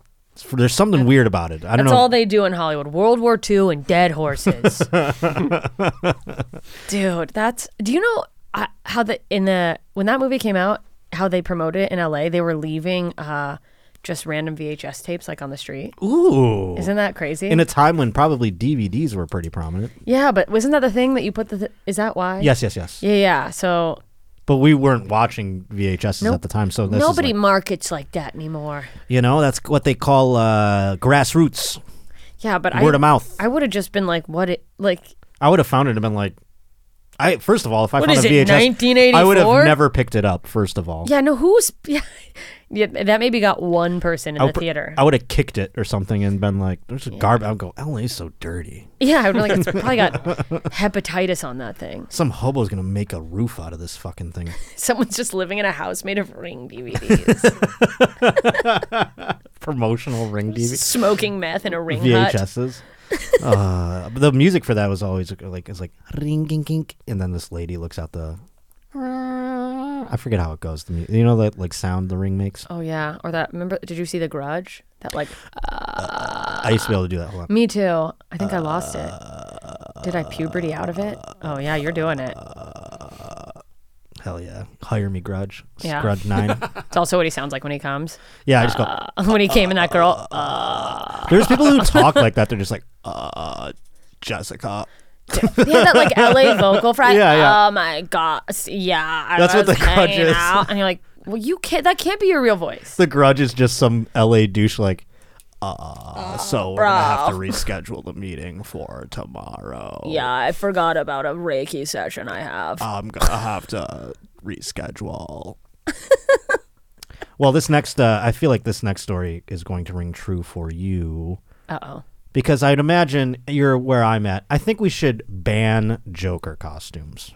[SPEAKER 1] there's something weird about it. I don't
[SPEAKER 2] That's
[SPEAKER 1] know.
[SPEAKER 2] all they do in Hollywood. World War II and
[SPEAKER 1] <laughs>
[SPEAKER 2] dead horses. Dude, that's. Do you know uh, how the in the when that movie came out, how they promoted it in LA? They were leaving uh, just random VHS tapes like on the street.
[SPEAKER 1] Ooh.
[SPEAKER 2] Isn't that crazy?
[SPEAKER 1] In a time when probably DVDs were pretty prominent.
[SPEAKER 2] yeah, but wasn't that the thing that you put the? Th- is that why?
[SPEAKER 1] Yes, yes, yes.
[SPEAKER 2] Yeah, yeah. So
[SPEAKER 1] But we weren't watching VHSs at the time, so this is
[SPEAKER 2] nobody
[SPEAKER 1] like-
[SPEAKER 2] markets like that anymore.
[SPEAKER 1] you know, that's what they call uh, grassroots,
[SPEAKER 2] Yeah, but
[SPEAKER 1] word
[SPEAKER 2] I,
[SPEAKER 1] of mouth.
[SPEAKER 2] I would have just been like, what it like.
[SPEAKER 1] I would have found it and been like, I first of all, if I
[SPEAKER 2] What
[SPEAKER 1] found
[SPEAKER 2] is
[SPEAKER 1] a
[SPEAKER 2] it,
[SPEAKER 1] VHS, I would have
[SPEAKER 2] 1984?
[SPEAKER 1] never picked it up. First of all,
[SPEAKER 2] Yeah, no, who's <laughs> yeah, yeah, that maybe got one person in
[SPEAKER 1] I
[SPEAKER 2] the
[SPEAKER 1] would pr-
[SPEAKER 2] theater.
[SPEAKER 1] I would have kicked it or something and been like, "There's a garbage." I'd go, "LA's so dirty.
[SPEAKER 2] Yeah, I'd be like, it's probably
[SPEAKER 1] <laughs>
[SPEAKER 2] got hepatitis on that thing. <laughs>
[SPEAKER 1] Some hobo's gonna make a roof out of this fucking thing."
[SPEAKER 2] Someone's just living in a house made of
[SPEAKER 1] <laughs>
[SPEAKER 2] ring DVDs,
[SPEAKER 1] Promotional ring DVD.
[SPEAKER 2] smoking meth in a ring hut.
[SPEAKER 1] VHSs. uh, but the music for that was always like it's like ring ging ging, and then this lady looks out the. I forget how it goes. The mu- you know that like sound the ring makes.
[SPEAKER 2] Oh yeah, or that. Remember? Did you see The Grudge? That like,
[SPEAKER 1] I used to be able to do that. Hold on.
[SPEAKER 2] me too. I think I lost it. Did I puberty out of it? Oh yeah, you're doing it.
[SPEAKER 1] Hell yeah, hire me, Grudge. It's
[SPEAKER 2] Yeah.
[SPEAKER 1] Grudge nine.
[SPEAKER 2] It's also what he sounds like when he comes. Uh,
[SPEAKER 1] yeah, I just go.
[SPEAKER 2] <laughs> when he came in, that girl. Uh,
[SPEAKER 1] There's people who talk like that. They're just like, uh, Jessica.
[SPEAKER 2] he had that
[SPEAKER 1] <laughs>
[SPEAKER 2] like LA vocal fry.
[SPEAKER 1] Yeah, yeah.
[SPEAKER 2] Oh my god. Yeah. I
[SPEAKER 1] That's what
[SPEAKER 2] was
[SPEAKER 1] The Grudge
[SPEAKER 2] hanging
[SPEAKER 1] is.
[SPEAKER 2] out. And you're like, well, you can't. That can't be your
[SPEAKER 1] <laughs>
[SPEAKER 2] real voice.
[SPEAKER 1] The Grudge is just some LA douche like. Uh, so we're gonna have to
[SPEAKER 2] bro.
[SPEAKER 1] reschedule the meeting for tomorrow.
[SPEAKER 2] Yeah, I forgot about a Reiki session I have.
[SPEAKER 1] I'm gonna have to reschedule. well, this next, uh, I feel like this next story is going to ring true for you
[SPEAKER 2] Uh oh.
[SPEAKER 1] because I'd imagine you're where I'm at. I think we should ban Joker costumes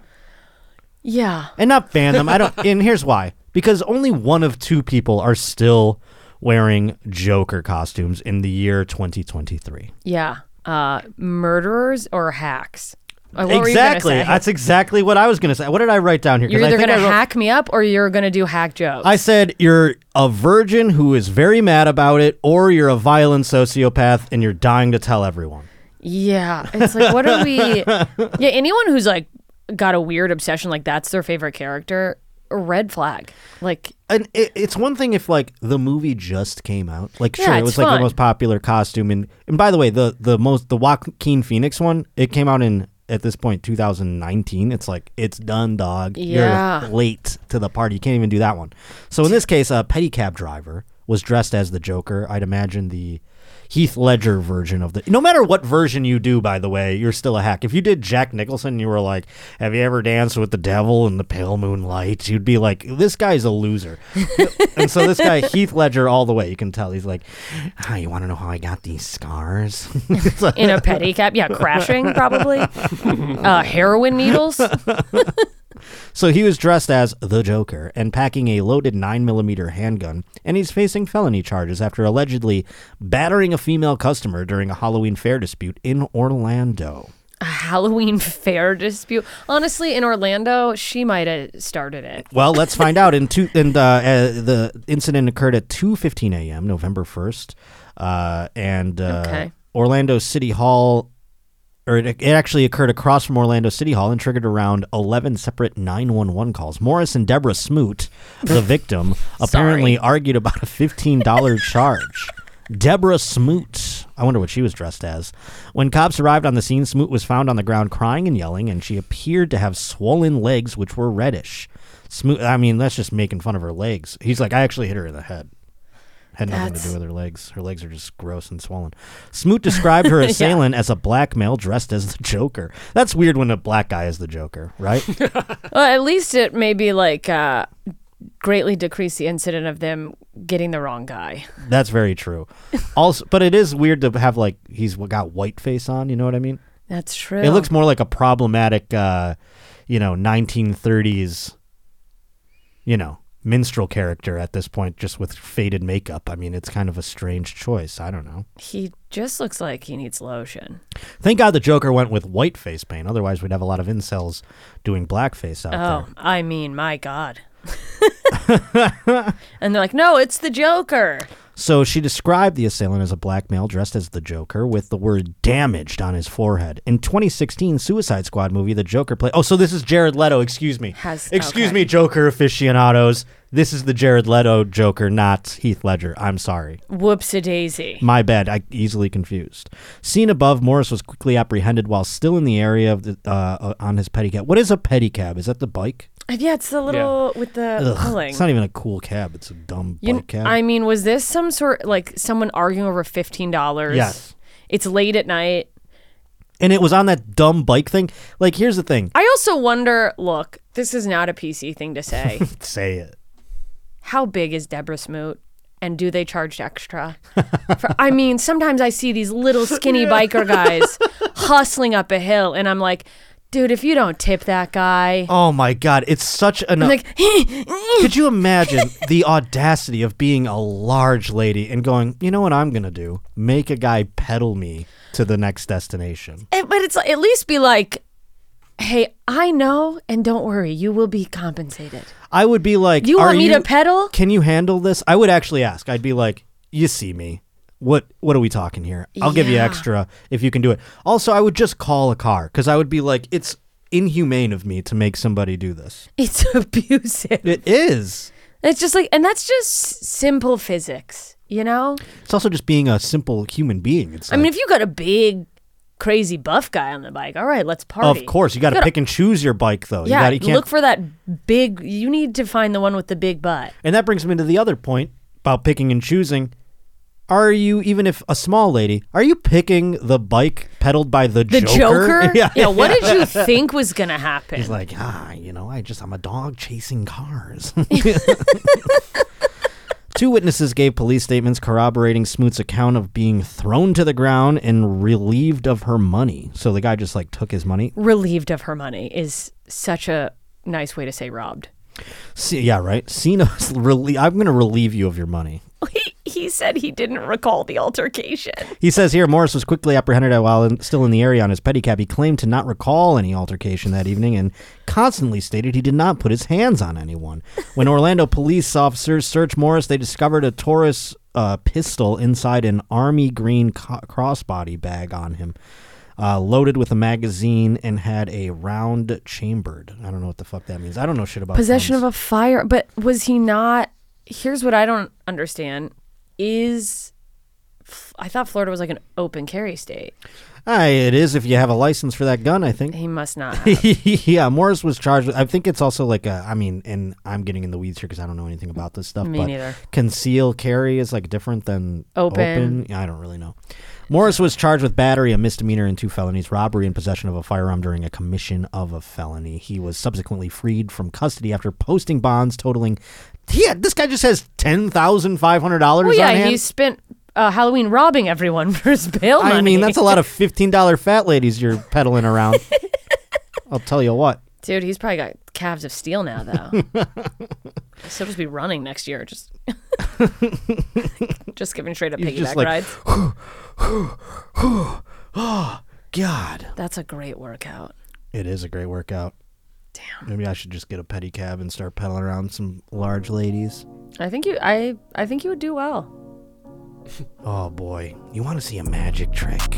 [SPEAKER 2] Yeah.
[SPEAKER 1] and not ban them.
[SPEAKER 2] <laughs>
[SPEAKER 1] I don't. and here's why: because only one of two people are still wearing Joker costumes in the year 2023.
[SPEAKER 2] Yeah. Uh, murderers or hacks? Uh, what were you gonna
[SPEAKER 1] exactly.
[SPEAKER 2] say?
[SPEAKER 1] That's exactly what I was gonna say. What did I write down here? 'Cause
[SPEAKER 2] You're
[SPEAKER 1] I
[SPEAKER 2] either
[SPEAKER 1] think
[SPEAKER 2] gonna
[SPEAKER 1] I wrote-
[SPEAKER 2] hack me up or you're gonna do hack jokes.
[SPEAKER 1] I said you're a virgin who is very mad about it, or you're a violent sociopath and you're dying to tell everyone. <laughs>
[SPEAKER 2] yeah. It's like what are we? yeah. Anyone who's like got a weird obsession like that's their favorite character. a Red flag. Like
[SPEAKER 1] And it, it's one thing if like the movie just came out, like
[SPEAKER 2] Yeah,
[SPEAKER 1] sure, it
[SPEAKER 2] it's
[SPEAKER 1] was like
[SPEAKER 2] fun.
[SPEAKER 1] the most popular costume, and and by the way, the the most the Joaquin Phoenix one, it came out in at this point 2019. It's like it's done, dog.
[SPEAKER 2] Yeah.
[SPEAKER 1] You're late to the party. You can't even do that one. So in this case, a pedicab driver was dressed as the Joker. I'd imagine the Heath Ledger version of the. No matter what version you do, by the way, you're still a hack. If you did Jack Nicholson, and you were like, "Have you ever danced with the devil in the pale moonlight?" You'd be like, "This guy's a loser." and so this guy Heath Ledger, all the way, you can tell he's like, "Ah, "You want to know how I got these scars?" <laughs> It's like-
[SPEAKER 2] in a pedicab. Yeah,
[SPEAKER 1] <laughs>
[SPEAKER 2] crashing probably. Uh, heroin needles.
[SPEAKER 1] So he was dressed as the Joker and packing a loaded 9mm handgun, and he's facing felony charges after allegedly battering a female customer during a Halloween fair dispute in Orlando.
[SPEAKER 2] A Halloween <laughs> fair dispute. Honestly, in Orlando, she might have started it.
[SPEAKER 1] Well, let's find out. In two, and uh, uh, the incident occurred at 2:15 a.m. November 1st, uh, and uh,
[SPEAKER 2] Okay.
[SPEAKER 1] Orlando City Hall. Or it, it actually occurred across from Orlando City Hall and triggered around 11 separate 911 calls. Morris and Deborah Smoot, the victim, apparently argued about a $15 charge. Deborah Smoot, I wonder what she was dressed as. When cops arrived on the scene, Smoot was found on the ground crying and yelling, and she appeared to have swollen legs, which were reddish. Smoot, I mean, that's just making fun of her legs. He's like, I actually hit her in the head. Had nothing to do with her legs. Her legs are just gross and swollen. Smoot described her assailant as a black male dressed as the Joker. That's weird when a black guy is the Joker, right?
[SPEAKER 2] Well, at least it maybe like uh, greatly decreased the incident of them getting the wrong guy.
[SPEAKER 1] That's very true. Also, but it is weird to have like he's got white face on. You know what I mean?
[SPEAKER 2] That's true.
[SPEAKER 1] It looks more like a problematic, uh, you know, 1930s, you know, minstrel character at this point, just with faded makeup. I mean, it's kind of a strange choice. I don't know.
[SPEAKER 2] He just looks like he needs lotion.
[SPEAKER 1] Thank God the Joker went with white face paint. Otherwise, we'd have a lot of incels doing blackface out
[SPEAKER 2] Oh,
[SPEAKER 1] there.
[SPEAKER 2] I mean,
[SPEAKER 1] <laughs>
[SPEAKER 2] my God. and they're like, no, it's the Joker.
[SPEAKER 1] So she described the assailant as a black male dressed as the Joker with the word damaged on his forehead. In 2016 Suicide Squad movie, the Joker played. Oh, so this is Jared Leto. Excuse me.
[SPEAKER 2] Has-
[SPEAKER 1] excuse
[SPEAKER 2] okay.
[SPEAKER 1] me, Joker aficionados. This is the Jared Leto Joker, not Heath Ledger. I'm sorry.
[SPEAKER 2] Whoopsie daisy.
[SPEAKER 1] My bad. I easily confused. Seen above, Morris was quickly apprehended while still in the area of the, uh, uh, on his pedicab. What is a pedicab? Is that the bike? <sighs>
[SPEAKER 2] Yeah, it's the little with the
[SPEAKER 1] Ugh,
[SPEAKER 2] pulling.
[SPEAKER 1] it's not even a cool cab. It's a dumb
[SPEAKER 2] You-
[SPEAKER 1] bike cab.
[SPEAKER 2] I mean, was this some sort like someone arguing over fifteen dollars?
[SPEAKER 1] Yes.
[SPEAKER 2] It's late at night.
[SPEAKER 1] and it was on that dumb bike thing. Like, here's the thing.
[SPEAKER 2] I also wonder. Look, this is not a PC thing to
[SPEAKER 1] <laughs>
[SPEAKER 2] say.
[SPEAKER 1] Say it.
[SPEAKER 2] How big is Deborah Smoot? And do they charge extra? <laughs> For, I mean, sometimes I see these little skinny biker guys hustling up a hill, and I'm like, dude, if you don't tip that guy,
[SPEAKER 1] Oh my god, it's such an.
[SPEAKER 2] I'm like, <laughs> eh,
[SPEAKER 1] could you imagine the audacity of being a large lady and going, you know what I'm gonna do? Make a guy pedal me to the next destination.
[SPEAKER 2] Eh, but it's at least be like, hey, I know, and don't worry, you will be compensated. <laughs>
[SPEAKER 1] I would be like,
[SPEAKER 2] You
[SPEAKER 1] "Are
[SPEAKER 2] want me to pedal?
[SPEAKER 1] Can you handle this? I would actually ask. I'd be like, you see me. What what are we talking here? I'll give you
[SPEAKER 2] Yeah.
[SPEAKER 1] extra if you can do it. Also, I would just call a car because I would be like, it's inhumane of me to make somebody do this.
[SPEAKER 2] It's abusive.
[SPEAKER 1] It is.
[SPEAKER 2] It's just like, and that's just simple physics, you know?
[SPEAKER 1] It's also just being a simple human being. It's
[SPEAKER 2] I
[SPEAKER 1] like-
[SPEAKER 2] mean, if you got a big, crazy buff guy on the bike, all right, let's party.
[SPEAKER 1] Of course, you got to pick and choose your bike, though.
[SPEAKER 2] Yeah,
[SPEAKER 1] you gotta, you can't,
[SPEAKER 2] look for that big. You need to find the one with the big butt.
[SPEAKER 1] and that brings me to the other point about picking and choosing. Are you even if a small lady? Are you picking the bike pedaled by the,
[SPEAKER 2] The Joker?
[SPEAKER 1] <laughs> Yeah.
[SPEAKER 2] what did you think was going to happen?
[SPEAKER 1] He's like, ah, you know, I just I'm a dog chasing cars. <laughs> Two witnesses gave police statements corroborating Smoot's account of being thrown to the ground and relieved of her money. So the guy just like took his money.
[SPEAKER 2] Relieved of her money is such a nice way to say robbed. <laughs>
[SPEAKER 1] See, yeah, right. Cena's <laughs> relie- I'm going to relieve you of your money.
[SPEAKER 2] He, he said he didn't recall the altercation.
[SPEAKER 1] He says here Morris was quickly apprehended while in, still in the area on his pedicab. He claimed to not recall any altercation that evening and constantly stated he did not put his hands on anyone.
[SPEAKER 2] <laughs>
[SPEAKER 1] When Orlando police officers searched Morris, they discovered a Taurus uh, pistol inside an army green co- crossbody bag on him, uh, loaded with a magazine and had a round chambered. I don't know what the fuck that means. I don't know shit about
[SPEAKER 2] Possession
[SPEAKER 1] guns.
[SPEAKER 2] of a fire, but was he not? Here's what I don't understand: is I thought Florida was like an open carry state.
[SPEAKER 1] Aye, it is if you have a license for that gun, I think.
[SPEAKER 2] He
[SPEAKER 1] <laughs>
[SPEAKER 2] must not.
[SPEAKER 1] yeah, Morris was charged. With, I think it's also like a. I mean, and I'm getting in the weeds here because I don't know anything about this stuff.
[SPEAKER 2] Me
[SPEAKER 1] but
[SPEAKER 2] neither.
[SPEAKER 1] Conceal carry is like different than
[SPEAKER 2] Open.
[SPEAKER 1] open. Yeah, I don't really know. Morris was charged with battery, a misdemeanor, and two felonies: robbery and possession of a firearm during a commission of a felony. He was subsequently freed from custody after posting bonds totaling. Yeah, this guy just has ten thousand five hundred dollars.
[SPEAKER 2] Well, Oh, yeah,
[SPEAKER 1] on hand.
[SPEAKER 2] he spent uh, Halloween robbing everyone for his bail money.
[SPEAKER 1] I mean, that's a lot of fifteen dollar fat ladies you're peddling
[SPEAKER 2] <laughs>
[SPEAKER 1] around. I'll tell you what.
[SPEAKER 2] dude. He's probably got calves of steel
[SPEAKER 1] <laughs>
[SPEAKER 2] now, though. He'll just be running next year, just just giving straight up
[SPEAKER 1] He's just
[SPEAKER 2] piggyback
[SPEAKER 1] like-
[SPEAKER 2] rides.
[SPEAKER 1] God.
[SPEAKER 2] That's a great workout.
[SPEAKER 1] It is a great workout. Damn. Maybe I should just get a pedicab and start pedaling around some large ladies.
[SPEAKER 2] I think you, I, I think you would do well.
[SPEAKER 1] Oh boy, you want to see a magic trick?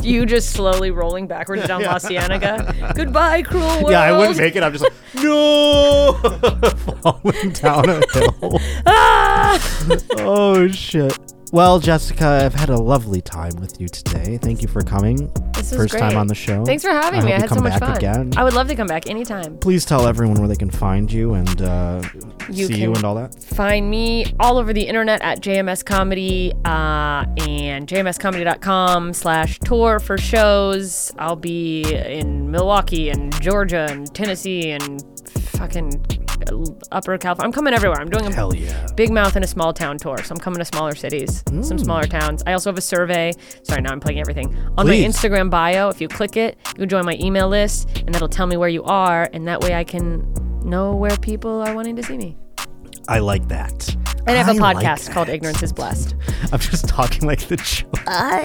[SPEAKER 2] You just slowly rolling backwards down
[SPEAKER 1] <laughs>
[SPEAKER 2] La Cienega. Goodbye, cruel world.
[SPEAKER 1] Yeah, I wouldn't make it. I'm just
[SPEAKER 2] <laughs>
[SPEAKER 1] like, no, <laughs> falling down a hill.
[SPEAKER 2] Ah!
[SPEAKER 1] oh shit. Well, Jessica, I've had a lovely time with you today. Thank you for coming.
[SPEAKER 2] This was
[SPEAKER 1] First time
[SPEAKER 2] great.
[SPEAKER 1] on the show.
[SPEAKER 2] Thanks for having
[SPEAKER 1] I
[SPEAKER 2] me.
[SPEAKER 1] hope you
[SPEAKER 2] I had so
[SPEAKER 1] come
[SPEAKER 2] much
[SPEAKER 1] back
[SPEAKER 2] fun.
[SPEAKER 1] Again.
[SPEAKER 2] I would love to come back anytime.
[SPEAKER 1] Please tell everyone where they can find you and uh,
[SPEAKER 2] You
[SPEAKER 1] see you
[SPEAKER 2] can-
[SPEAKER 1] and all that.
[SPEAKER 2] Find me all over the internet at JMS Comedy uh, and jmscomedy.com slash tour for shows. I'll be in Milwaukee and Georgia and Tennessee and fucking Upper California. I'm coming everywhere. I'm doing a
[SPEAKER 1] Hell yeah.
[SPEAKER 2] big mouth in a small town tour. So I'm coming to smaller cities, some
[SPEAKER 1] Mm.
[SPEAKER 2] smaller towns. I also have a survey. Sorry, now I'm playing everything. On
[SPEAKER 1] Please.
[SPEAKER 2] my Instagram bio, if you click it, you can join my email list and that'll tell me where you are. And that way I can know where people are wanting to see me.
[SPEAKER 1] I like that.
[SPEAKER 2] And I have a
[SPEAKER 1] like
[SPEAKER 2] podcast called
[SPEAKER 1] that.
[SPEAKER 2] Ignorance is Blessed.
[SPEAKER 1] I'm just talking like the joke. I,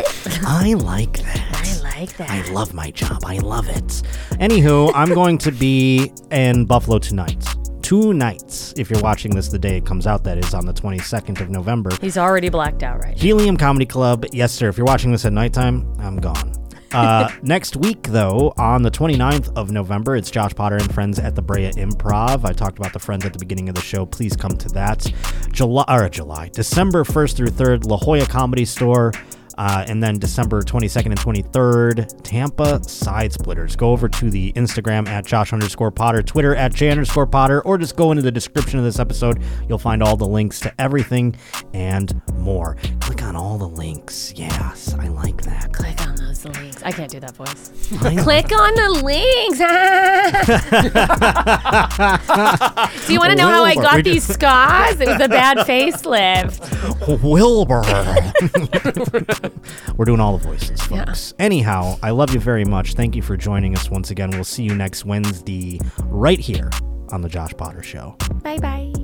[SPEAKER 1] like that.
[SPEAKER 2] like
[SPEAKER 1] I love my job. I love it. Anywho, I'm going to be in Buffalo tonight. Two nights, if you're watching this the day it comes out, that is on the 22nd of November.
[SPEAKER 2] He's already blacked out right
[SPEAKER 1] Helium Comedy Club. Yes, sir. If you're watching this at nighttime, I'm gone. Uh, next week, though, on the 29th of November, it's Josh Potter and Friends at the Brea Improv. I talked about the Friends at the beginning of the show. Please come to that. July, or July, December 1st through 3rd, La Jolla Comedy Store. Uh, and then December 22nd and 23rd, Tampa Side Splitters. Go over to the Instagram at Josh underscore Potter, Twitter at J underscore Potter, or just go into the description of this episode. You'll find all the links to everything and more. Click on all the links. Yes, I like that.
[SPEAKER 2] Click on those links. I can't do that voice. <laughs> Click on the links. Ah. <laughs> do you want to know how I
[SPEAKER 1] Wilbur, we
[SPEAKER 2] got
[SPEAKER 1] just-
[SPEAKER 2] these scars? It was a bad facelift.
[SPEAKER 1] Wilbur. <laughs> We're doing all the voices, folks. Anyhow, I love you very much. Thank you for joining us once again. We'll see you next Wednesday right here on The Josh Potter Show.
[SPEAKER 2] Bye bye.